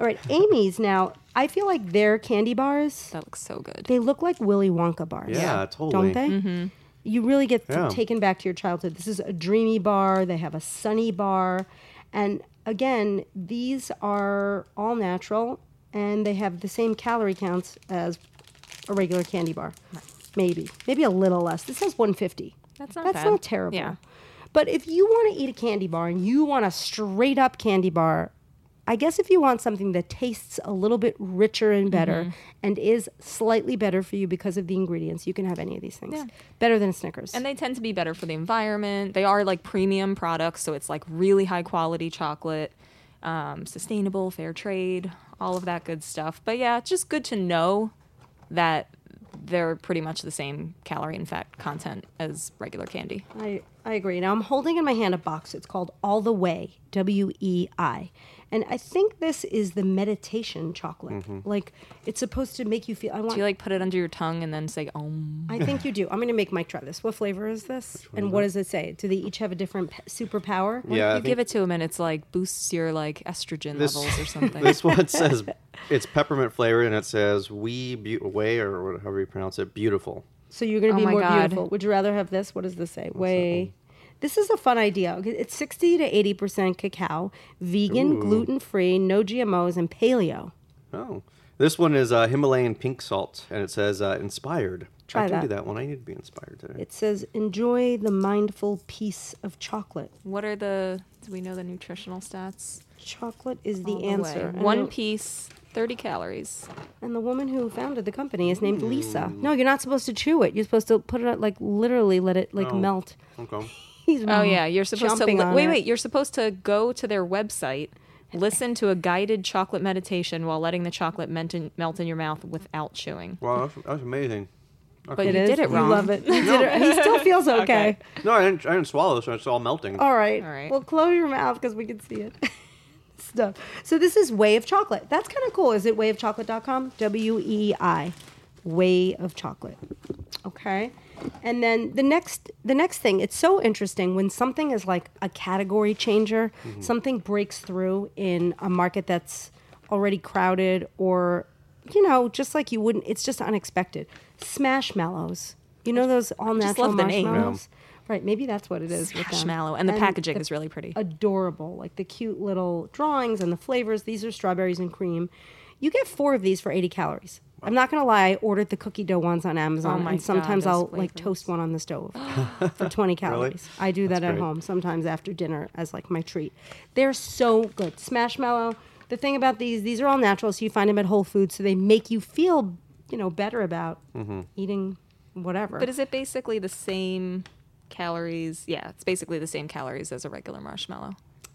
Speaker 1: All right, Amy's now. I feel like their candy bars.
Speaker 3: That looks so good.
Speaker 1: They look like Willy Wonka bars.
Speaker 2: Yeah, totally.
Speaker 1: Don't they? Mm-hmm. You really get t-
Speaker 2: Yeah.
Speaker 1: taken back to your childhood. This is a dreamy bar. They have a sunny bar. And again, these are all natural and they have the same calorie counts as a regular candy bar. Maybe. Maybe a little less. This has 150.
Speaker 3: That's not
Speaker 1: That's
Speaker 3: bad.
Speaker 1: not terrible.
Speaker 3: Yeah.
Speaker 1: But if you want to eat a candy bar and you want a straight up candy bar, I guess if you want something that tastes a little bit richer and better
Speaker 3: Mm-hmm.
Speaker 1: and is slightly better for you because of the ingredients, you can have any of these things. Better than Snickers.
Speaker 3: And they tend to be better for the environment. They are like premium products, so it's like really high quality chocolate, um, sustainable, fair trade, all of that good stuff. But yeah, it's just good to know that they're pretty much the same calorie and fat content as regular candy.
Speaker 1: I, I agree. Now I'm holding in my hand a box. It's called All the Way, W E I. And I think this is the meditation chocolate. Like it's supposed to make you feel I want
Speaker 3: Do you like put it under your tongue and then say, um,
Speaker 1: [laughs] I think you do. I'm going to make Mike try this. What flavor is this? And what does it say? Do they each have a different p- superpower?
Speaker 2: Yeah, I
Speaker 3: you
Speaker 2: think
Speaker 3: give it to him and it's like boosts your like estrogen
Speaker 2: This-
Speaker 3: levels or
Speaker 2: [laughs]
Speaker 3: something.
Speaker 2: this one says it's peppermint flavor, and it says we be- way or what- however you pronounce it, beautiful.
Speaker 1: So you're going to
Speaker 3: Oh
Speaker 1: be
Speaker 3: my
Speaker 1: more
Speaker 3: God.
Speaker 1: beautiful. Would you rather have this? What does this say? Way. This is a fun idea. Okay, It's 60 to 80% cacao, vegan, gluten free, no GMOs, and paleo.
Speaker 2: Oh, this one is uh, Himalayan pink salt, and it says uh, inspired.
Speaker 1: Try
Speaker 2: I can
Speaker 1: that.
Speaker 2: do that one. I need to be inspired today.
Speaker 1: It says, enjoy the mindful piece of chocolate.
Speaker 3: what are the, do we know the nutritional stats?
Speaker 1: Chocolate is the
Speaker 3: All way.
Speaker 1: answer. And
Speaker 3: One
Speaker 1: the-
Speaker 3: piece, 30 calories.
Speaker 1: And the woman who founded the company is named Lisa. No, you're not supposed to chew it. You're supposed to put it out, like literally let it like
Speaker 2: Oh.
Speaker 1: melt. [laughs]
Speaker 2: okay.
Speaker 1: He's [laughs]
Speaker 3: Oh yeah, you're supposed to
Speaker 1: Mm-hmm. jumping
Speaker 3: li-
Speaker 1: on
Speaker 3: wait.
Speaker 1: it.
Speaker 3: Wait, you're supposed to go to their website, listen to a guided chocolate meditation while letting the chocolate melt in, melt in your mouth without chewing.
Speaker 2: Wow, that's, that's amazing.
Speaker 3: But you
Speaker 1: is.
Speaker 3: did it
Speaker 1: You
Speaker 3: wrong.
Speaker 1: love
Speaker 3: [laughs]
Speaker 1: it. You did it. He still feels okay.
Speaker 2: No, I didn't, I didn't swallow this. It's all melting.
Speaker 1: All right.
Speaker 3: All right.
Speaker 1: Well, close your mouth because we can see it. [laughs] Stuff. So this is Way of Chocolate. That's kind of cool. Is it wavechocolate.com? W E I. Way of Chocolate. Okay. And then the next the next thing, it's so interesting when something is like a category changer,
Speaker 3: Mm-hmm.
Speaker 1: something breaks through in a market that's already crowded or you know, just like you wouldn't it's just unexpected. Smashmallows. You know those all
Speaker 3: just
Speaker 1: natural
Speaker 3: love the name. Yeah.
Speaker 1: marshmallows? Right, maybe that's what it is. with them.
Speaker 3: Marshmallow, and the packaging is really pretty.
Speaker 1: Adorable, like the cute little drawings and the flavors. These are strawberries and cream. You get four of these for 80 calories. I'm not gonna lie, I ordered the cookie dough ones on Amazon,
Speaker 3: Oh my
Speaker 1: and sometimes
Speaker 3: God,
Speaker 1: I'll
Speaker 3: those
Speaker 1: like
Speaker 3: flavors.
Speaker 1: toast one on the
Speaker 3: [gasps]
Speaker 1: stove for 20 calories. I do that
Speaker 2: That's
Speaker 1: at
Speaker 2: great.
Speaker 1: home sometimes after dinner as like my treat. They're so good. Smashmallow. The thing about these, these are all natural, so you find them at Whole Foods, so they make you
Speaker 2: Mm-hmm.
Speaker 1: feel, you know, better about eating whatever.
Speaker 3: But is it basically the same calories. Yeah, it's basically the same calories as a regular marshmallow.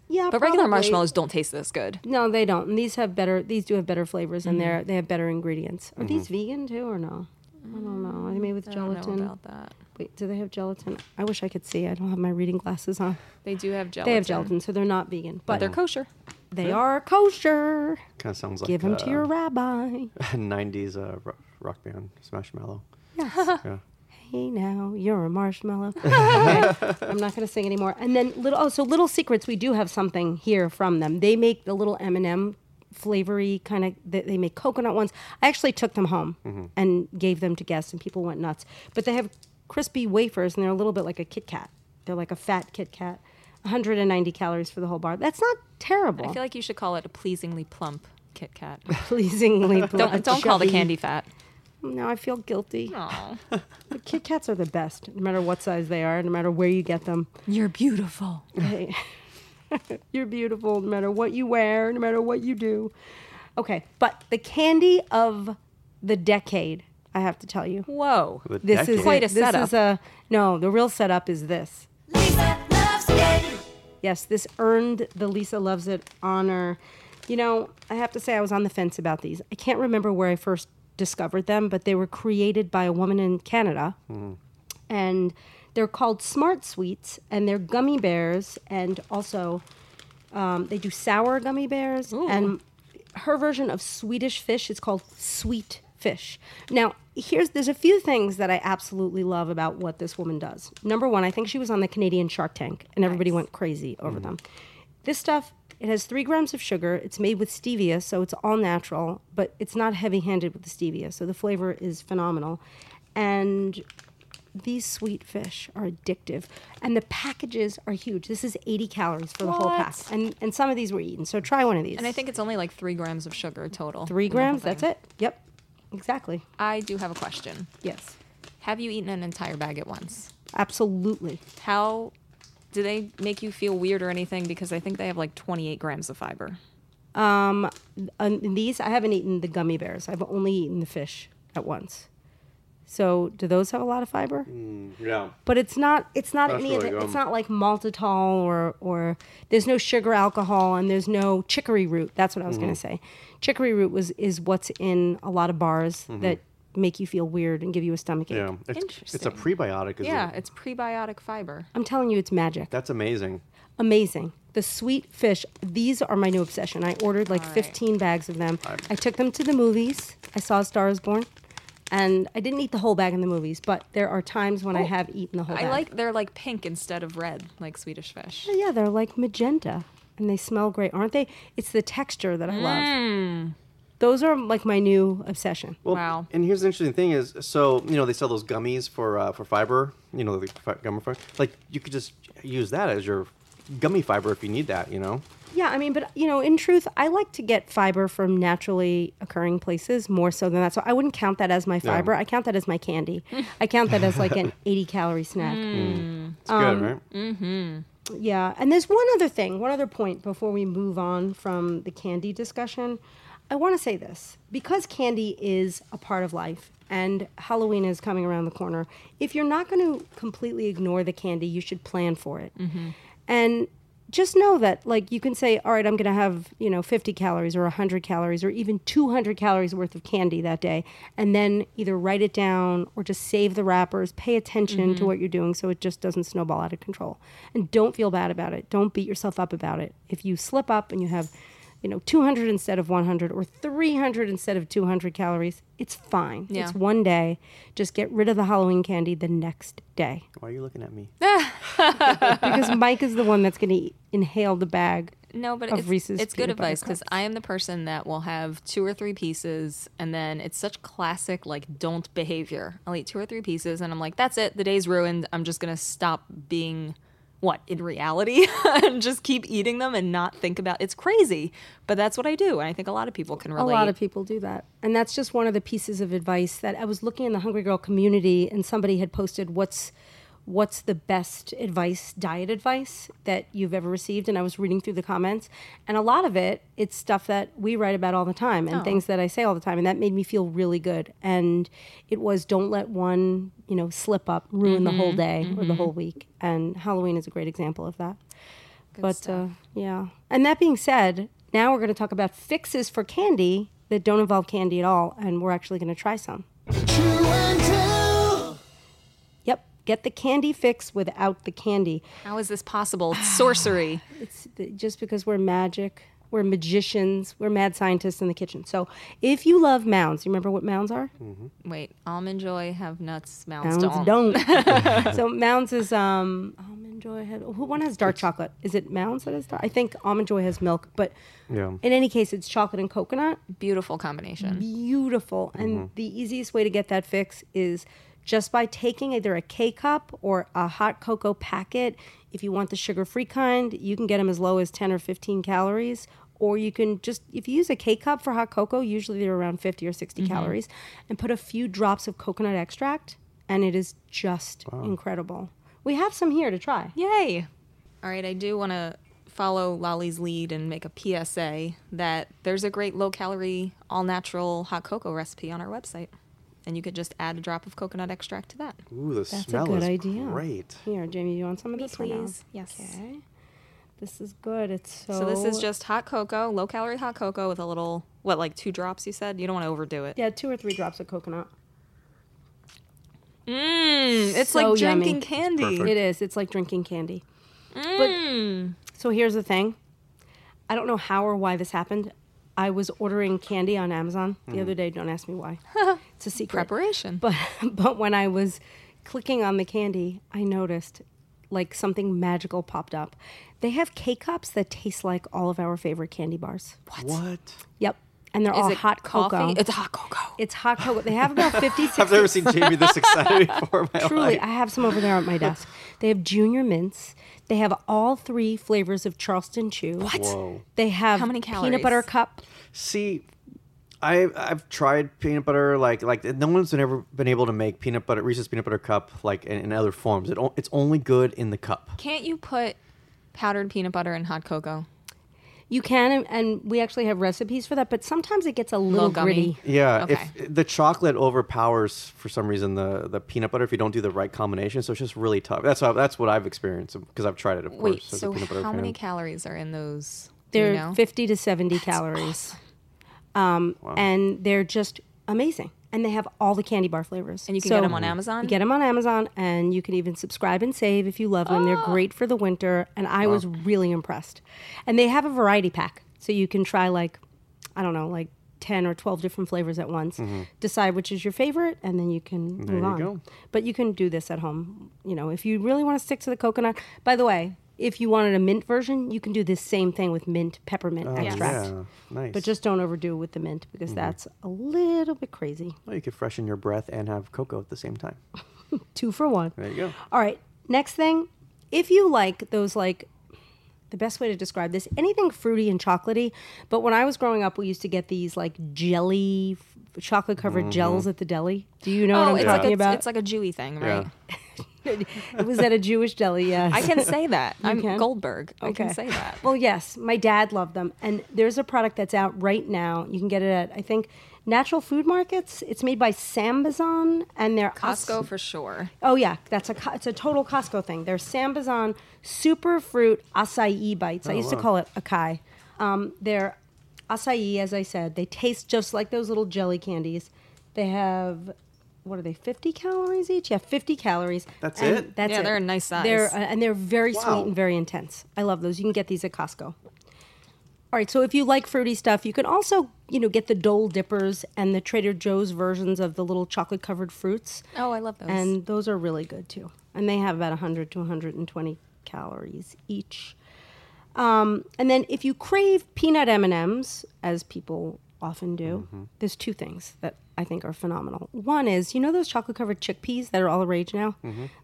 Speaker 1: Yeah,
Speaker 3: But regular
Speaker 1: probably.
Speaker 3: marshmallows don't taste this good.
Speaker 1: No, they don't. And these have better. These do have better flavors,
Speaker 3: Mm-hmm.
Speaker 1: and they're they have better ingredients. Are these vegan too, or no? I don't know. Are they made with
Speaker 3: Mm, I don't know
Speaker 1: gelatin?
Speaker 3: about that.
Speaker 1: Wait, do they have gelatin? I wish I could see. I don't have my reading glasses on.
Speaker 3: They do have gelatin.
Speaker 1: They have gelatin, Oh. so they're not vegan, but
Speaker 3: They're kosher.
Speaker 1: they are kosher.
Speaker 2: Kind of sounds like
Speaker 1: Give them
Speaker 2: uh,
Speaker 1: to your rabbi.
Speaker 2: 90s uh, [laughs] ro- rock band, Smash Mallow.
Speaker 1: [laughs]
Speaker 2: yeah.
Speaker 1: Hey now, you're a marshmallow. [laughs] Okay, I'm not going to sing anymore. And then little oh, so little secrets. We do have something here from them. They make the little M and M flavory kind of. They, they make coconut ones. I actually took them home and gave them to guests, and people went nuts. But they have crispy wafers, and they're a little bit like a Kit Kat. They're like a fat Kit Kat. 190 calories for the whole bar. That's not terrible.
Speaker 3: I feel like you should call it a pleasingly plump Kit Kat.
Speaker 1: [laughs] Pleasingly,
Speaker 3: [laughs] Don't don't call the
Speaker 1: chubby.
Speaker 3: candy fat.
Speaker 1: Now I feel guilty.
Speaker 3: Oh,
Speaker 1: Kit Kats are the best, no matter what size they are, no matter where you get them.
Speaker 3: you're beautiful.
Speaker 1: Hey. You're beautiful no matter what you wear, no matter what you do. Okay, but the candy of the decade, I have to tell you.
Speaker 3: Whoa.
Speaker 2: The
Speaker 1: This is
Speaker 2: decade.
Speaker 3: Quite
Speaker 1: it.
Speaker 3: a
Speaker 1: this
Speaker 3: setup.
Speaker 1: Is a, no, the real setup is this.
Speaker 4: Lisa loves candy.
Speaker 1: Yes, this earned the Lisa Loves It honor. You know, I have to say I was on the fence about these. I can't remember where I first discovered them, but they were created by a woman in Canada. And they're called Smart Sweets, and they're gummy bears, and also um, they do sour gummy bears. And her version of Swedish fish is called sweet fish. Now, here's there's a few things that I absolutely love about what this woman does. Number one, I think she was on the Canadian Shark Tank, and everybody went crazy over them. This stuff. It has three grams of sugar. It's made with stevia, so it's all natural, but it's not heavy handed with the stevia. So the flavor is phenomenal. And these sweet fish are addictive and the packages are huge this is 80 calories for the whole pack
Speaker 3: What?
Speaker 1: and and some of these were eaten so try one of these
Speaker 3: And I think it's only like three grams of sugar total.
Speaker 1: three
Speaker 3: in the whole
Speaker 1: grams
Speaker 3: thing.
Speaker 1: that's it yep exactly
Speaker 3: I do have a question.
Speaker 1: yes
Speaker 3: Have you eaten an entire bag at once?
Speaker 1: absolutely
Speaker 3: How do they make you feel weird or anything? Because I think they have like 28 grams of fiber.
Speaker 1: um and these i haven't eaten the gummy bears i've only eaten the fish at once so do those have a lot of fiber
Speaker 2: Yeah.
Speaker 1: but it's not it's not
Speaker 2: That's
Speaker 1: any of
Speaker 2: really
Speaker 1: it.
Speaker 2: good.
Speaker 1: It's not like maltitol or or there's no sugar alcohol and there's no chicory root. That's what I was going to say. Chicory root was is what's in a lot of bars that make you feel weird and give you a stomachache.
Speaker 2: Yeah. It's, it's a
Speaker 3: Interesting.
Speaker 2: prebiotic. Isn't
Speaker 3: Yeah,
Speaker 2: It?
Speaker 3: it's prebiotic fiber.
Speaker 1: I'm telling you, it's magic.
Speaker 2: That's amazing.
Speaker 1: Amazing. The sweet fish. These are my new obsession. I ordered like 15 bags of them. i took them to the movies. I saw A Star Is Born. And I didn't eat the whole bag in the movies, but there are times when I have eaten the whole bag.
Speaker 3: I like they're like pink instead of red, like Swedish fish.
Speaker 1: Yeah, they're like magenta and they smell great, aren't they? It's the texture that I love. Those are like my new obsession.
Speaker 2: Well,
Speaker 3: Wow.
Speaker 2: And here's the interesting thing is, so you know they sell those gummies for uh, for fiber. You know the fi- gummy fiber. Like you could just use that as your gummy fiber if you need that. You know.
Speaker 1: Yeah, I mean, but you know, in truth, I like to get fiber from naturally occurring places more so than that. So I wouldn't count that as my
Speaker 2: Yeah.
Speaker 1: fiber. I count that as my candy. I count that as like an 80 calorie snack.
Speaker 2: It's
Speaker 1: Um,
Speaker 2: good, right?
Speaker 1: mm. Yeah. And there's one other thing, one other point before we move on from the candy discussion. I want to say this because candy is a part of life and Halloween is coming around the corner, if you're not going to completely ignore the candy, you should plan for it. And just know that like you can say all right i'm going to have you know 50 calories or 100 calories or even 200 calories worth of candy that day and then either write it down or just save the wrappers pay attention to what you're doing so it just doesn't snowball out of control and don't feel bad about it don't beat yourself up about it if you slip up and you have you know 200 instead of 100 or 300 instead of 200 calories it's fine
Speaker 3: Yeah.
Speaker 1: it's one day just get rid of the halloween candy the next day
Speaker 2: Why are you looking at me?
Speaker 1: because mike is the one that's going to inhale the bag
Speaker 3: No, but
Speaker 1: Of
Speaker 3: it's,
Speaker 1: Reese's
Speaker 3: it's good
Speaker 1: peanut butter
Speaker 3: advice because I am the person that will have two or three pieces, and then it's such classic like don't behavior. I'll eat two or three pieces, and I'm like, that's it, the day's ruined. I'm just gonna stop being what in reality [laughs] and just keep eating them and not think about. It's crazy, but that's what I do, and I think a lot of people can relate.
Speaker 1: A lot of people do that. And that's just one of the pieces of advice that I was looking in the Hungry Girl community and somebody had posted what's what's the best advice, diet advice that you've ever received. And I was reading through the comments, and a lot of it, it's stuff that we write about all the time
Speaker 3: Oh.
Speaker 1: and things that I say all the time. And that made me feel really good. And it was don't let one, you know, slip up ruin the
Speaker 3: Mm-hmm.
Speaker 1: whole day or the whole week. And Halloween is a great example of that. but uh, yeah. And that being said, now we're going to talk about fixes for candy that don't involve candy at all. And we're actually going to try some. Yep. Get the candy fix without the candy.
Speaker 3: How is this possible? It's sorcery.
Speaker 1: [sighs] It's th- just because we're magic, we're magicians, we're mad scientists in the kitchen. So if you love mounds, you remember what mounds are?
Speaker 3: Wait, almond joy have nuts, mounds
Speaker 1: Mounds
Speaker 3: don't. [laughs]
Speaker 1: don't. so mounds is um almond joy. Had, who one has dark chocolate? Is it mounds that has dark? I think almond joy has milk, but
Speaker 2: Yeah.
Speaker 1: in any case, it's chocolate and coconut.
Speaker 3: Beautiful combination.
Speaker 1: beautiful. And the easiest way to get that fix is just by taking either a K cup or a hot cocoa packet. If you want the sugar free kind, you can get them as low as 10 or 15 calories. Or you can just, if you use a K cup for hot cocoa, usually they're around 50 or 60
Speaker 3: Mm-hmm.
Speaker 1: calories, and put a few drops of coconut extract, and it is just incredible. We have some here to try.
Speaker 3: Yay. All right, I do want to follow Lolly's lead and make a PSA that there's a great low calorie, all natural hot cocoa recipe on our website. And you could just add a drop of coconut extract to that.
Speaker 2: Ooh, the
Speaker 1: That's
Speaker 2: smell
Speaker 1: a good
Speaker 2: is
Speaker 1: idea.
Speaker 2: great.
Speaker 1: Here, Jamie, you want some of this? or no?
Speaker 3: Yes.
Speaker 1: Okay. This is good. It's so.
Speaker 3: So this is just hot cocoa, low calorie hot cocoa with a little, what, like two drops you said? You don't want to overdo it.
Speaker 1: Yeah, two or three drops of coconut.
Speaker 3: Mm, it's
Speaker 1: So
Speaker 3: like
Speaker 1: yummy.
Speaker 3: drinking candy.
Speaker 2: Perfect.
Speaker 1: It is. It's like drinking candy. But so here's the thing. I don't know how or why this happened. I was ordering candy on Amazon the other day. Don't ask me why. it's a secret.
Speaker 3: Preparation.
Speaker 1: But [laughs] but when I was clicking on the candy, I noticed like something magical popped up. They have K cups that taste like all of our favorite candy bars.
Speaker 2: What?
Speaker 1: Yep. And they're all hot
Speaker 3: coffee?
Speaker 1: cocoa.
Speaker 3: It's hot cocoa.
Speaker 1: It's hot cocoa. They have about 50, 60
Speaker 2: I've never seen Jamie this excited [laughs] before in
Speaker 1: [laughs]
Speaker 2: my
Speaker 1: Truly,
Speaker 2: life.
Speaker 1: I have some over there at my desk. They have junior mints. They have all three flavors of Charleston Chew. What?
Speaker 2: Whoa.
Speaker 1: They have
Speaker 3: How many
Speaker 1: peanut butter
Speaker 3: calories?
Speaker 1: cup.
Speaker 2: See, I I've tried peanut butter like like no one's been ever been able to make peanut butter Reese's peanut butter cup like in, in other forms. It o- it's only good in the cup.
Speaker 3: Can't you put powdered peanut butter in hot cocoa?
Speaker 1: You can, and, and we actually have recipes for that. But sometimes it gets a little,
Speaker 3: gummy.
Speaker 1: gritty.
Speaker 2: Yeah,
Speaker 3: Okay.
Speaker 2: if the chocolate overpowers for some reason the, the peanut butter if you don't do the right combination, so it's just really tough. That's how that's what I've experienced because I've tried it of
Speaker 3: Wait,
Speaker 2: course. as a
Speaker 3: so
Speaker 2: peanut butter
Speaker 3: how many
Speaker 2: fan.
Speaker 3: calories are in those? do you
Speaker 1: They're
Speaker 3: know?
Speaker 1: fifty to seventy calories, um, and they're just amazing. And they have all the candy bar flavors.
Speaker 3: And you can get 'em on Amazon?
Speaker 1: You get them on Amazon, and you can even subscribe and save if you love them.
Speaker 2: Oh.
Speaker 1: They're great for the winter, and I was really impressed. And they have a variety pack, so you can try like, I don't know, like ten or twelve different flavors at once. Decide which is your favorite, and then you can move
Speaker 2: Mm-hmm. you
Speaker 1: on.
Speaker 2: go.
Speaker 1: But you can do this at home. You know, if you really want to stick to the coconut. By the way, if you wanted a mint version, you can do this same thing with mint peppermint extract.
Speaker 2: Oh, Yeah, Mm-hmm. nice.
Speaker 1: But just don't overdo it with the mint because that's a little bit crazy.
Speaker 2: Well, you could freshen your breath and have cocoa at the same time.
Speaker 1: Two for one.
Speaker 2: There you go.
Speaker 1: All right. Next thing, if you like those like the best way to describe this, anything fruity and chocolatey. But when I was growing up, we used to get these like jelly, chocolate covered gels at the deli. Do you know
Speaker 3: Oh,
Speaker 1: what I'm
Speaker 3: it's
Speaker 1: talking
Speaker 3: like, a,
Speaker 1: about?
Speaker 3: it's like a Jewy thing,
Speaker 2: Yeah.
Speaker 3: [laughs] right?
Speaker 1: it [laughs] was at a Jewish deli, yes.
Speaker 3: I
Speaker 1: [laughs]
Speaker 3: can say that. I'm
Speaker 1: can?
Speaker 3: Goldberg. I
Speaker 1: [laughs]
Speaker 3: can
Speaker 1: Okay.
Speaker 3: say that.
Speaker 1: Well, yes, my dad loved them, and there's a product that's out right now. You can get it at I think Natural Food Markets. It's made by Sambazon, and they're
Speaker 3: Costco for sure.
Speaker 1: Oh yeah, that's a co- it's a total Costco thing. They're Sambazon super fruit acai bites.
Speaker 2: Oh,
Speaker 1: I used to call it acai. Um, they're acai, as I said. They taste just like those little jelly candies. They have what are they? Fifty calories each. Yeah, fifty calories.
Speaker 2: That's
Speaker 1: And
Speaker 2: it?
Speaker 1: That's
Speaker 3: Yeah,
Speaker 1: it.
Speaker 3: they're a nice size.
Speaker 1: They're uh, and they're very
Speaker 2: Wow.
Speaker 1: sweet and very intense. I love those. You can get these at Costco. All right, so if you like fruity stuff, you can also, you know, get the Dole Dippers and the Trader Joe's versions of the little chocolate-covered fruits.
Speaker 3: Oh, I love those.
Speaker 1: And those are really good too. And they have about 100 to 120 calories each. Um, and then if you crave peanut M&Ms, as people often do, there's two things that I think are phenomenal. One is, you know those chocolate-covered chickpeas that are all the rage now?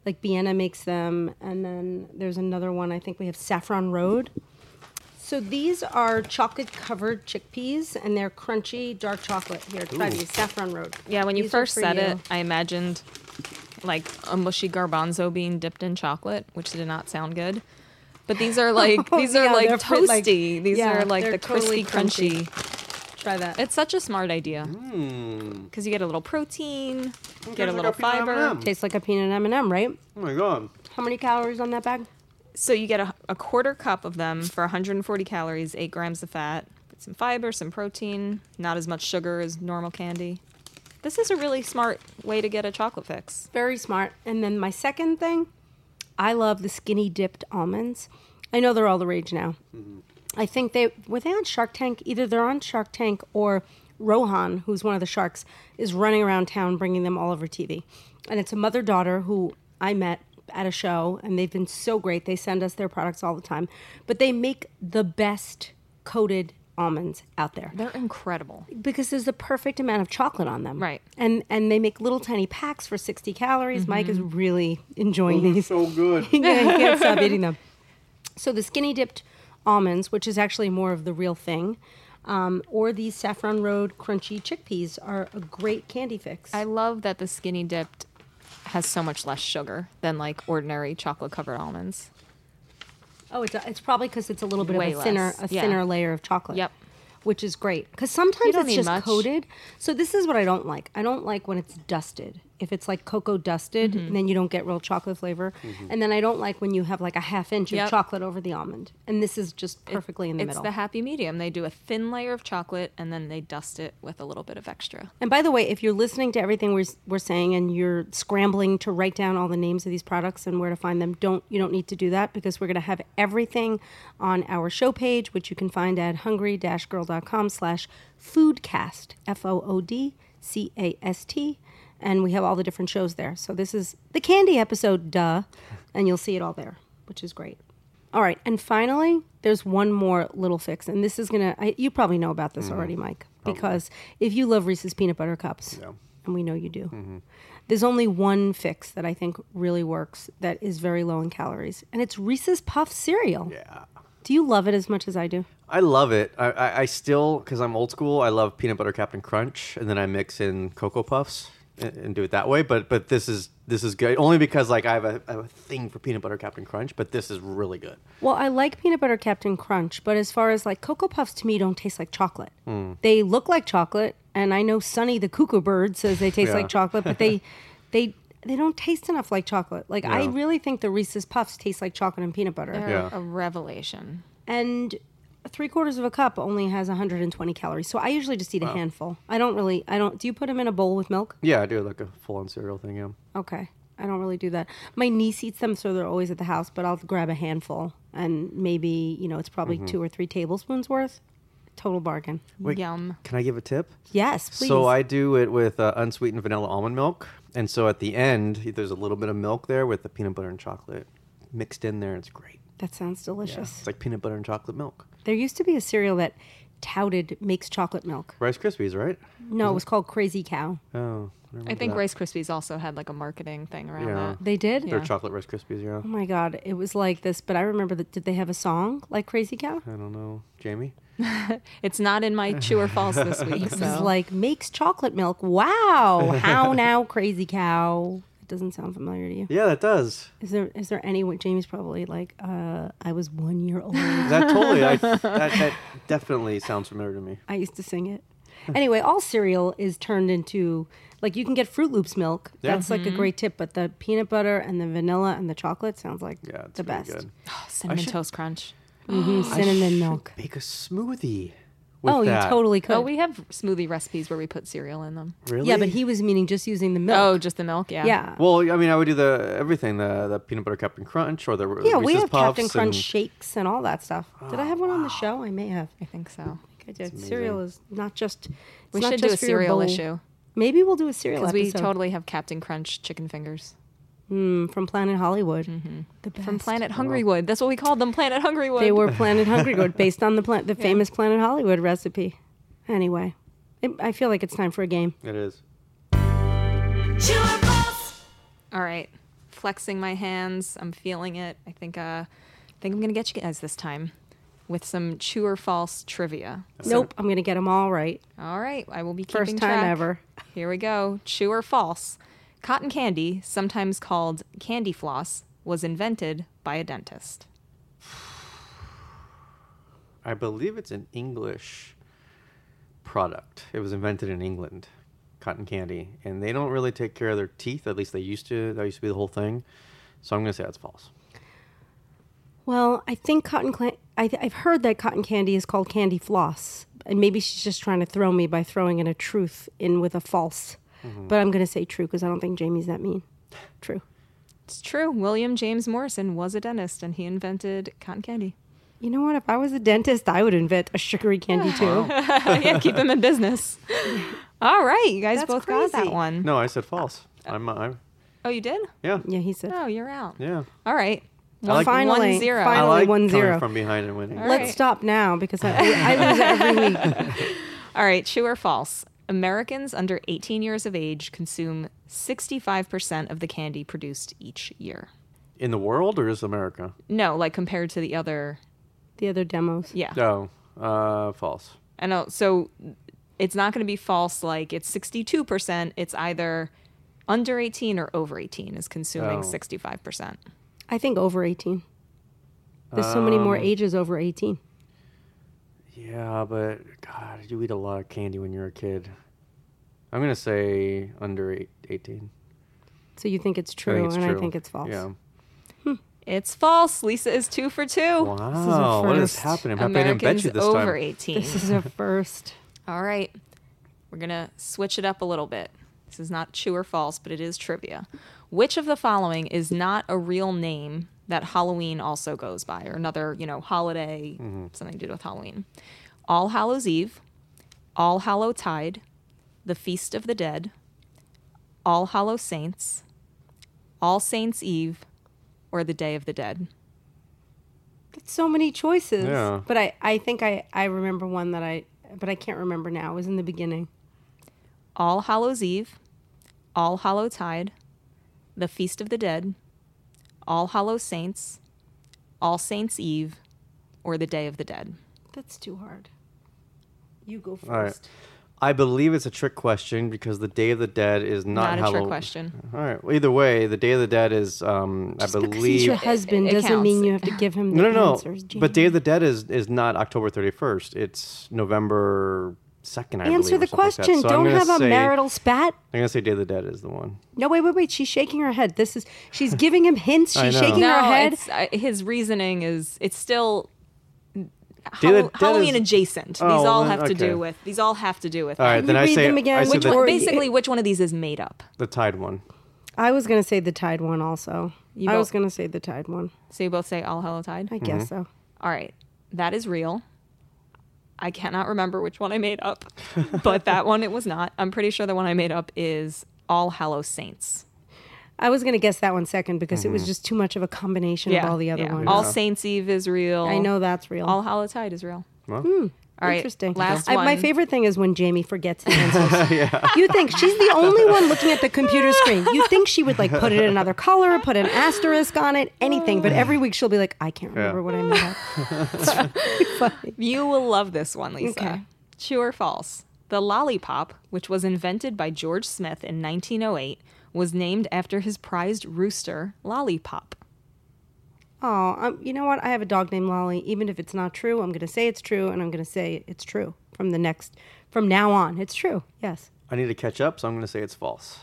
Speaker 1: Like Vienna makes them, and then there's another one, I think we have Saffron Road. So these are chocolate-covered chickpeas, and they're crunchy dark chocolate. Here, try these, Saffron Road.
Speaker 3: yeah, when you
Speaker 1: These are
Speaker 3: first
Speaker 1: for
Speaker 3: said
Speaker 1: you.
Speaker 3: it, I imagined like a mushy garbanzo bean dipped in chocolate, which did not sound good. But these
Speaker 1: [laughs]
Speaker 3: are like these are
Speaker 1: Oh, yeah,
Speaker 3: like
Speaker 1: they're pretty,
Speaker 3: toasty.
Speaker 1: like-
Speaker 3: these
Speaker 1: yeah,
Speaker 3: are like
Speaker 1: they're
Speaker 3: the
Speaker 1: totally
Speaker 3: crispy,
Speaker 1: crunchy.
Speaker 3: crunchy.
Speaker 1: Try that.
Speaker 3: It's such a smart idea because you get a little protein, get a
Speaker 2: Tastes like
Speaker 3: little
Speaker 2: peanut
Speaker 3: fiber.
Speaker 2: M&M.
Speaker 1: Tastes like a peanut M&M, right?
Speaker 2: Oh my god.
Speaker 1: How many calories on that bag?
Speaker 3: So you get a, a quarter cup of them for 140 calories, eight grams of fat, some fiber, some protein, not as much sugar as normal candy. This is a really smart way to get a chocolate fix.
Speaker 1: Very smart. And then my second thing, I love the skinny dipped almonds. I know they're all the rage now. I think they were they on Shark Tank. Either they're on Shark Tank or Rohan, who's one of the sharks, is running around town bringing them all over TV. And it's a mother daughter who I met at a show, and they've been so great. They send us their products all the time, but they make the best coated almonds out there
Speaker 3: They're incredible.
Speaker 1: because there's the perfect amount of chocolate on them.
Speaker 3: Right.
Speaker 1: And and they make little tiny packs for 60 calories. Mike is really enjoying these. [laughs]
Speaker 2: So good.
Speaker 1: he can't stop eating them. So the skinny dipped almonds, which is actually more of the real thing, um, or these saffron road crunchy chickpeas are a great candy fix.
Speaker 3: I love that the skinny dipped has so much less sugar than like ordinary chocolate covered almonds.
Speaker 1: oh, it's, it's probably because it's a little bit
Speaker 3: Way
Speaker 1: of a thinner
Speaker 3: less,
Speaker 1: a
Speaker 3: yeah.
Speaker 1: thinner layer of chocolate.
Speaker 3: Yep.
Speaker 1: Which is great because
Speaker 3: You
Speaker 1: sometimes
Speaker 3: don't
Speaker 1: it's
Speaker 3: need
Speaker 1: just
Speaker 3: much.
Speaker 1: coated. So this is what I don't like. I don't like when it's dusted. If it's like cocoa dusted,
Speaker 3: Mm-hmm.
Speaker 1: then you don't get real chocolate flavor. And then I don't like when you have like a half inch of
Speaker 3: Yep.
Speaker 1: chocolate over the almond. And this is just perfectly in the
Speaker 3: it's
Speaker 1: middle.
Speaker 3: the happy medium. They do a thin layer of chocolate and then they dust it with a little bit of extra.
Speaker 1: And by the way, if you're listening to everything we're, we're saying and you're scrambling to write down all the names of these products and where to find them, don't you don't need to do that because we're going to have everything on our show page, which you can find at hungry-girl.com slash foodcast, F-O-O-D-C-A-S-T. And we have all the different shows there. So this is the candy episode, duh, and you'll see it all there, which is great. All right, and finally, there's one more little fix, and this is gonna. I, you probably know about this already, Mike, because if you love Reese's peanut butter cups, and we know you do, there's only one fix that I think really works that is very low in calories, and it's Reese's Puff cereal.
Speaker 2: Yeah.
Speaker 1: Do you love it as much as I do?
Speaker 2: I love it. I, I, I still, because I'm old school, I love peanut butter Captain Crunch, and then I mix in Cocoa Puffs and, and do it that way. But but this is this is good only because like I have a, I have a thing for peanut butter Captain Crunch, but this is really good.
Speaker 1: Well, I like peanut butter Captain Crunch, but as far as like Cocoa Puffs to me don't taste like chocolate.
Speaker 2: Hmm.
Speaker 1: They look like chocolate, and I know Sonny the cuckoo bird says they taste
Speaker 2: Yeah.
Speaker 1: like chocolate, but
Speaker 2: [laughs]
Speaker 1: they they they don't taste enough like chocolate. Like I
Speaker 2: Yeah.
Speaker 1: really think the Reese's Puffs taste like chocolate and peanut butter.
Speaker 3: They're
Speaker 2: Yeah.
Speaker 3: a revelation.
Speaker 1: And three quarters of a cup only has 120 calories, so I usually just eat a handful. I don't really I don't. Do you put them in a bowl with milk?
Speaker 2: Yeah, I do like a full on cereal thing. Yeah.
Speaker 1: Okay. I don't really do that. My niece eats them, so they're always at the house, but I'll grab a handful and maybe, you know, it's probably
Speaker 2: Mm-hmm.
Speaker 1: two or three tablespoons worth. Total bargain.
Speaker 3: Yum.
Speaker 2: Can I give a tip?
Speaker 1: Yes, please.
Speaker 2: So I do it with uh, unsweetened vanilla almond milk, and so at the end there's a little bit of milk there with the peanut butter and chocolate mixed in there. It's great.
Speaker 1: that sounds delicious.
Speaker 2: It's like peanut butter and chocolate milk.
Speaker 1: There used to be a cereal that touted makes chocolate milk.
Speaker 2: Rice Krispies, right?
Speaker 1: No, it was called Crazy Cow.
Speaker 2: Oh,
Speaker 3: I think Rice Krispies also had like a marketing thing around
Speaker 2: Yeah.
Speaker 3: that.
Speaker 1: They did?
Speaker 2: they're chocolate Rice Krispies. Yeah.
Speaker 1: Oh my God. It was like this, but I remember that. Did they have a song like Crazy
Speaker 2: [laughs]
Speaker 1: Cow?
Speaker 2: I don't know, Jamie.
Speaker 3: It's not in my true or false this week.
Speaker 1: It was
Speaker 3: So.
Speaker 1: like makes chocolate milk. Wow.
Speaker 2: [laughs]
Speaker 1: How now, Crazy Cow? It doesn't sound familiar to you.
Speaker 2: Yeah, that does.
Speaker 1: Is there is there any Jamie's probably like uh, I was one year old.
Speaker 2: That totally. I, that, that definitely sounds familiar to me.
Speaker 1: I used to sing it. Anyway, all cereal is turned into like you can get Fruit Loops milk.
Speaker 2: Yeah.
Speaker 1: That's like a great tip. But the peanut butter and the vanilla and the chocolate sounds like
Speaker 2: Yeah, it's
Speaker 1: the
Speaker 2: really
Speaker 1: best.
Speaker 2: Good.
Speaker 3: Cinnamon Toast Crunch.
Speaker 1: Mm, cinnamon milk.
Speaker 2: Bake a smoothie. With
Speaker 1: Oh,
Speaker 2: that.
Speaker 1: you totally could.
Speaker 3: Oh, we have smoothie recipes where we put cereal in them.
Speaker 2: really?
Speaker 1: Yeah, but he was meaning just using the milk.
Speaker 3: Oh, just the milk? Yeah.
Speaker 1: yeah.
Speaker 2: Well, I mean, I would do the everything the the peanut butter Captain Crunch or the
Speaker 1: yeah,
Speaker 2: Reese's
Speaker 1: we have
Speaker 2: Puffs
Speaker 1: Captain Crunch
Speaker 2: and-
Speaker 1: shakes and all that stuff. Did I have one on the show? I may have.
Speaker 3: I think so.
Speaker 1: I did. Cereal is not just. It's
Speaker 3: We
Speaker 1: not
Speaker 3: should do
Speaker 1: just for
Speaker 3: a
Speaker 1: your
Speaker 3: cereal
Speaker 1: bowl.
Speaker 3: issue
Speaker 1: Maybe we'll do a cereal
Speaker 3: because
Speaker 1: episode
Speaker 3: we totally have Captain Crunch chicken fingers
Speaker 1: from Planet Hollywood. The best.
Speaker 3: from Planet Hungrywood. That's what we called them, Planet Hungrywood.
Speaker 1: They were Planet Hungrywood, based on the pla- [laughs] the famous Planet Hollywood recipe. Anyway, it, I feel like it's time for a game.
Speaker 2: It is.
Speaker 4: Sure, boss.
Speaker 3: All right, flexing my hands. I'm feeling it. I think. Uh, I think I'm gonna get you guys this time with some true or false trivia.
Speaker 1: Nope, I'm gonna get them all right.
Speaker 3: All right, I will be
Speaker 1: First
Speaker 3: keeping
Speaker 1: time
Speaker 3: track.
Speaker 1: ever.
Speaker 3: Here we go. True or false? Cotton candy, sometimes called candy floss, was invented by a dentist.
Speaker 2: I believe it's an English product. It was invented in England, cotton candy, and they don't really take care of their teeth. At least they used to. That used to be the whole thing. So I'm gonna say that's false.
Speaker 1: Well, I think cotton. Cla- I, I've heard that cotton candy is called candy floss, and maybe she's just trying to throw me by throwing in a truth in with a false. But I'm going to say true because I don't think Jamie's that mean. True.
Speaker 3: It's true. William James Morrison was a dentist and he invented cotton candy. [laughs]
Speaker 1: You know what? If I was a dentist, I would invent a sugary candy too.
Speaker 3: yeah, keep him in business. All right, you guys
Speaker 1: That's
Speaker 3: both got that
Speaker 1: crazy.
Speaker 3: one.
Speaker 2: No, I said false. I'm. I'm
Speaker 3: Oh, you did?
Speaker 2: yeah.
Speaker 1: Uh, yeah, he said.
Speaker 3: Oh, you're out.
Speaker 2: Yeah.
Speaker 3: All right.
Speaker 2: I like,
Speaker 1: Fine. Finally,
Speaker 3: One zero.
Speaker 2: I
Speaker 1: finally.
Speaker 2: like
Speaker 1: one
Speaker 2: coming
Speaker 1: zero.
Speaker 2: from behind and winning.
Speaker 3: All
Speaker 1: Let's
Speaker 3: right.
Speaker 1: stop now because I, I lose every week.
Speaker 3: All right, true or false? Americans under 18 years of age consume 65% of the candy produced each year.
Speaker 2: In the world or is America?
Speaker 3: No, like compared to the other.
Speaker 1: The other demos.
Speaker 3: Yeah.
Speaker 2: No. Uh, false.
Speaker 3: I know. So it's not going to be false. Like it's 62%. It's either under 18 or over 18 is consuming
Speaker 2: Oh.
Speaker 3: 65%.
Speaker 1: I think over 18. There's so many
Speaker 2: Um,
Speaker 1: more ages over 18.
Speaker 2: Yeah, but God, you eat a lot of candy when you're a kid. I'm gonna say under eight, 18.
Speaker 1: So you think it's
Speaker 2: I
Speaker 1: true,
Speaker 2: think it's
Speaker 1: and
Speaker 2: true.
Speaker 1: I think it's false.
Speaker 2: Yeah.
Speaker 3: It's false. Lisa is two for two.
Speaker 2: Wow. What is
Speaker 1: first.
Speaker 2: happening? I'm happy I didn't bet
Speaker 3: Americans
Speaker 2: you [laughs] this
Speaker 3: over
Speaker 2: time.
Speaker 3: 18.
Speaker 1: This is a first.
Speaker 3: All right. We're going to switch it up a little bit. This is not true or false, but it is trivia. Which of the following is not a real name that Halloween also goes by or another, you know, holiday, something to do with Halloween? All Hallows Eve, All Hallow Tide, the Feast of the Dead, All Hallow Saints, All Saints Eve, or the Day of the Dead.
Speaker 1: That's so many choices.
Speaker 2: Yeah.
Speaker 1: But I, I think I, I remember one that I, but I can't remember now. It was in the beginning.
Speaker 3: All Hallows Eve, All Hallow Tide, the Feast of the Dead, All Hallow Saints, All Saints Eve, or the Day of the Dead.
Speaker 1: That's too hard. You go first.
Speaker 2: All right. I believe it's a trick question because the Day of the Dead is
Speaker 3: Not,
Speaker 2: not,
Speaker 3: a
Speaker 2: Halloween.
Speaker 3: trick question.
Speaker 2: All right. Well, either way, the Day of the Dead is, um, I
Speaker 1: Because he's
Speaker 2: believe.
Speaker 1: your husband
Speaker 3: it
Speaker 1: doesn't
Speaker 3: counts.
Speaker 1: mean you have to give him the
Speaker 2: no, no, no.
Speaker 1: answers. Jamie.
Speaker 2: But Day of the Dead is is not October 31st. It's November 2nd. I
Speaker 1: answer
Speaker 2: believe,
Speaker 1: the
Speaker 2: or something like that.
Speaker 1: question.
Speaker 2: So I'm
Speaker 1: Don't
Speaker 2: gonna
Speaker 1: have a
Speaker 2: say-
Speaker 1: marital spat.
Speaker 2: I'm gonna say Day of the Dead is the one.
Speaker 1: No, wait, wait, wait. She's shaking her head. This is she's giving him hints.
Speaker 2: [laughs] I
Speaker 1: She's
Speaker 2: know.
Speaker 1: shaking
Speaker 3: No,
Speaker 1: her head.
Speaker 3: it's- uh, his reasoning is it's still
Speaker 2: Day of the
Speaker 3: Hall-
Speaker 2: Dead
Speaker 3: Halloween
Speaker 2: is-
Speaker 3: adjacent.
Speaker 2: Oh,
Speaker 3: these all
Speaker 2: then-
Speaker 3: have
Speaker 2: okay.
Speaker 3: to do with these all have to do with.
Speaker 2: All right,
Speaker 1: you
Speaker 2: then I
Speaker 1: read
Speaker 2: say
Speaker 1: them again?
Speaker 2: I say
Speaker 1: Which
Speaker 2: the,
Speaker 1: one-
Speaker 3: Well,
Speaker 1: Or-
Speaker 3: basically, which one of these is made up?
Speaker 2: the Tide one.
Speaker 1: I was gonna say the tide one also.
Speaker 3: You
Speaker 1: I
Speaker 3: both-
Speaker 1: was gonna say the tide one.
Speaker 3: So you both say All Hallow Tide.
Speaker 1: I guess
Speaker 2: Mm-hmm.
Speaker 1: so.
Speaker 3: All right, that is real. I cannot remember which one I made up, [laughs] but that one it was not. I'm pretty sure the one I made up is All Hallow Saints.
Speaker 1: I was gonna guess that one second because it was just too much of a combination of all the other
Speaker 3: yeah.
Speaker 1: ones.
Speaker 3: All Saints Eve is real.
Speaker 1: I know that's real.
Speaker 3: All Hallow Tide is real.
Speaker 2: Well,
Speaker 3: All right,
Speaker 1: Interesting.
Speaker 3: Last
Speaker 1: I-
Speaker 3: one.
Speaker 1: My favorite thing is when Jamie forgets the answers. You think she's the only one looking at the computer screen. You think she would like put it in another color, put an asterisk on it, anything. But every week she'll be like, I can't remember
Speaker 2: Yeah.
Speaker 1: what I made up.
Speaker 3: You will love this one, Lisa.
Speaker 1: Okay.
Speaker 3: True or false? The lollipop, which was invented by George Smith in 1908, was named after his prized rooster, Lollipop.
Speaker 1: Oh, um, you know what? I have a dog named Lolly. Even if it's not true, I'm going to say it's true, and I'm going to say it's true from the next, from now on. It's true. Yes.
Speaker 2: I need to catch up, so I'm gonna say it's false.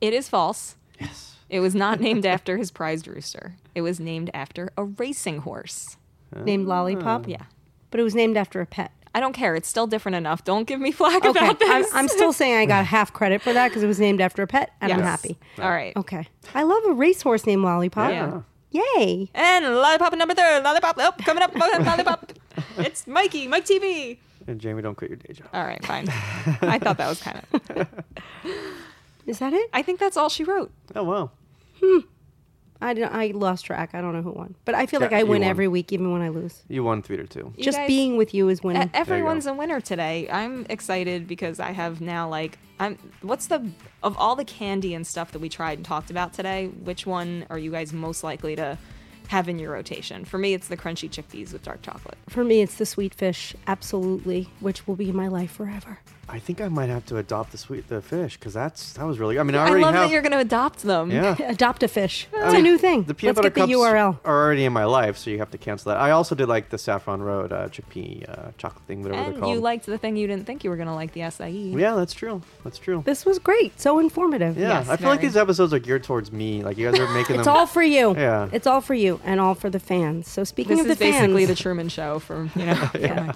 Speaker 3: It is false.
Speaker 2: Yes.
Speaker 3: It was not named after his prized rooster. It was named after a racing horse.
Speaker 1: Named Lollipop.
Speaker 3: Yeah.
Speaker 1: But it was named after a pet.
Speaker 3: I don't care. It's still different enough. Don't give me flack
Speaker 1: Okay.
Speaker 3: about
Speaker 1: I'm,
Speaker 3: this.
Speaker 1: I'm
Speaker 3: [laughs]
Speaker 1: still saying I
Speaker 2: [laughs]
Speaker 1: got half credit for that because it was named after a pet, and I'm
Speaker 3: Yes.
Speaker 1: happy.
Speaker 3: All right.
Speaker 1: Okay. I love a racehorse named Lollipop.
Speaker 3: Yeah.
Speaker 1: Yay.
Speaker 3: And lollipop number third, lollipop. Oh, coming up,
Speaker 1: [laughs]
Speaker 3: lollipop. It's Mikey, Mike TV.
Speaker 2: And Jamie, don't quit your day job.
Speaker 3: All right, fine. I thought that was kind of.
Speaker 1: Is that it?
Speaker 3: I think that's all she wrote.
Speaker 2: Oh wow.
Speaker 1: I, don't- I lost track. I don't know who won. But I feel
Speaker 2: Yeah,
Speaker 1: like I
Speaker 2: you
Speaker 1: win
Speaker 2: won.
Speaker 1: every week, even when I lose.
Speaker 2: You won three to two.
Speaker 3: You
Speaker 1: Just
Speaker 3: guys-
Speaker 1: being with Mm-hmm. you is
Speaker 3: E-
Speaker 1: winning.
Speaker 3: Everyone's a winner today. I'm excited because I have now like I'm. What's the of all the candy and stuff that we tried and talked about today? Which one are you guys most likely to have in your rotation? For me, it's the crunchy chickpeas with dark chocolate.
Speaker 1: For me, it's the sweet fish, absolutely, which will be my life forever.
Speaker 2: I think I might have to adopt the sweet the fish because that's that was really. I mean, I
Speaker 3: I
Speaker 2: already
Speaker 3: love
Speaker 2: have.
Speaker 3: that you're going to adopt them.
Speaker 2: yeah.
Speaker 1: Adopt a fish. It's
Speaker 2: mean,
Speaker 1: a new thing.
Speaker 2: Oh, The peanut
Speaker 1: Let's
Speaker 2: butter
Speaker 1: get the
Speaker 2: cups
Speaker 1: URL.
Speaker 2: are already in my life, so you have to cancel that. I also did like the saffron road uh, chickpea uh, chocolate thing, whatever
Speaker 3: And
Speaker 2: they're called.
Speaker 3: you liked the thing you didn't think you were going to like, the E. acai.
Speaker 2: yeah, that's true. That's true.
Speaker 1: This was great. So informative.
Speaker 2: yeah,
Speaker 3: Yes,
Speaker 2: I feel like
Speaker 3: Mary.
Speaker 2: these episodes are geared towards me. Like you guys are making
Speaker 1: It's
Speaker 2: them.
Speaker 1: all for you.
Speaker 2: Yeah.
Speaker 1: It's all for you and all for the fans. So speaking
Speaker 3: This
Speaker 1: of the
Speaker 3: is basically the
Speaker 1: fans,
Speaker 3: Truman Show from, you know. from-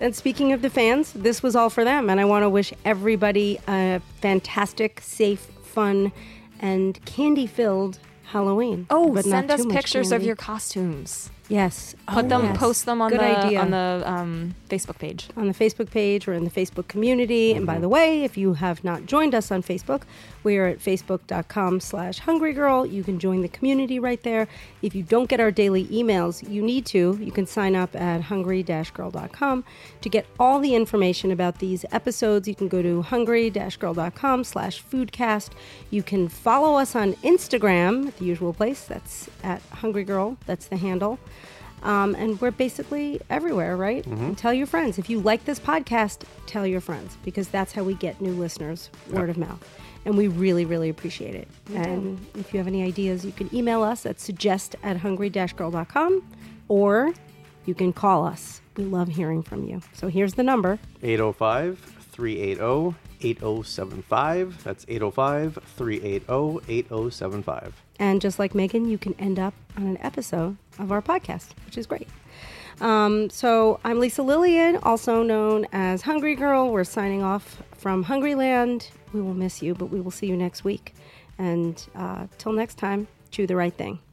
Speaker 1: and speaking of the fans, this was all for them. And I want to wish everybody a fantastic, safe, fun, and candy-filled Halloween.
Speaker 3: Oh,
Speaker 1: But not
Speaker 3: send us
Speaker 1: too much
Speaker 3: pictures of
Speaker 1: candy.
Speaker 3: your costumes.
Speaker 1: yes.
Speaker 3: Put
Speaker 1: Oh,
Speaker 3: them,
Speaker 1: yes.
Speaker 3: post them on
Speaker 1: Good
Speaker 3: the
Speaker 1: idea.
Speaker 3: on the um, Facebook page.
Speaker 1: on the Facebook page or in the Facebook community. And by the way, if you have not joined us on Facebook, we are at facebook.com slash hungrygirl. You can join the community right there. If you don't get our daily emails, you need to. You can sign up at hungry-girl.com. To get all the information about these episodes, you can go to hungry-girl.com slash foodcast. You can follow us on Instagram at the usual place. That's at hungrygirl. That's the handle. Um, and we're basically everywhere, right? And tell your friends. If you like this podcast, tell your friends because that's how we get new listeners, word of mouth. And we really, really appreciate it. and if you have any ideas, you can email us at suggest at hungry girl.com or you can call us. We love hearing from you. So here's the number
Speaker 2: 805-380-8075. That's 805-380-8075.
Speaker 1: And just like Megan, you can end up on an episode of our podcast, which is great. Um, so I'm Lisa Lillian, also known as Hungry Girl. We're signing off from Hungryland. We will miss you, but we will see you next week. And uh, till next time, chew the right thing.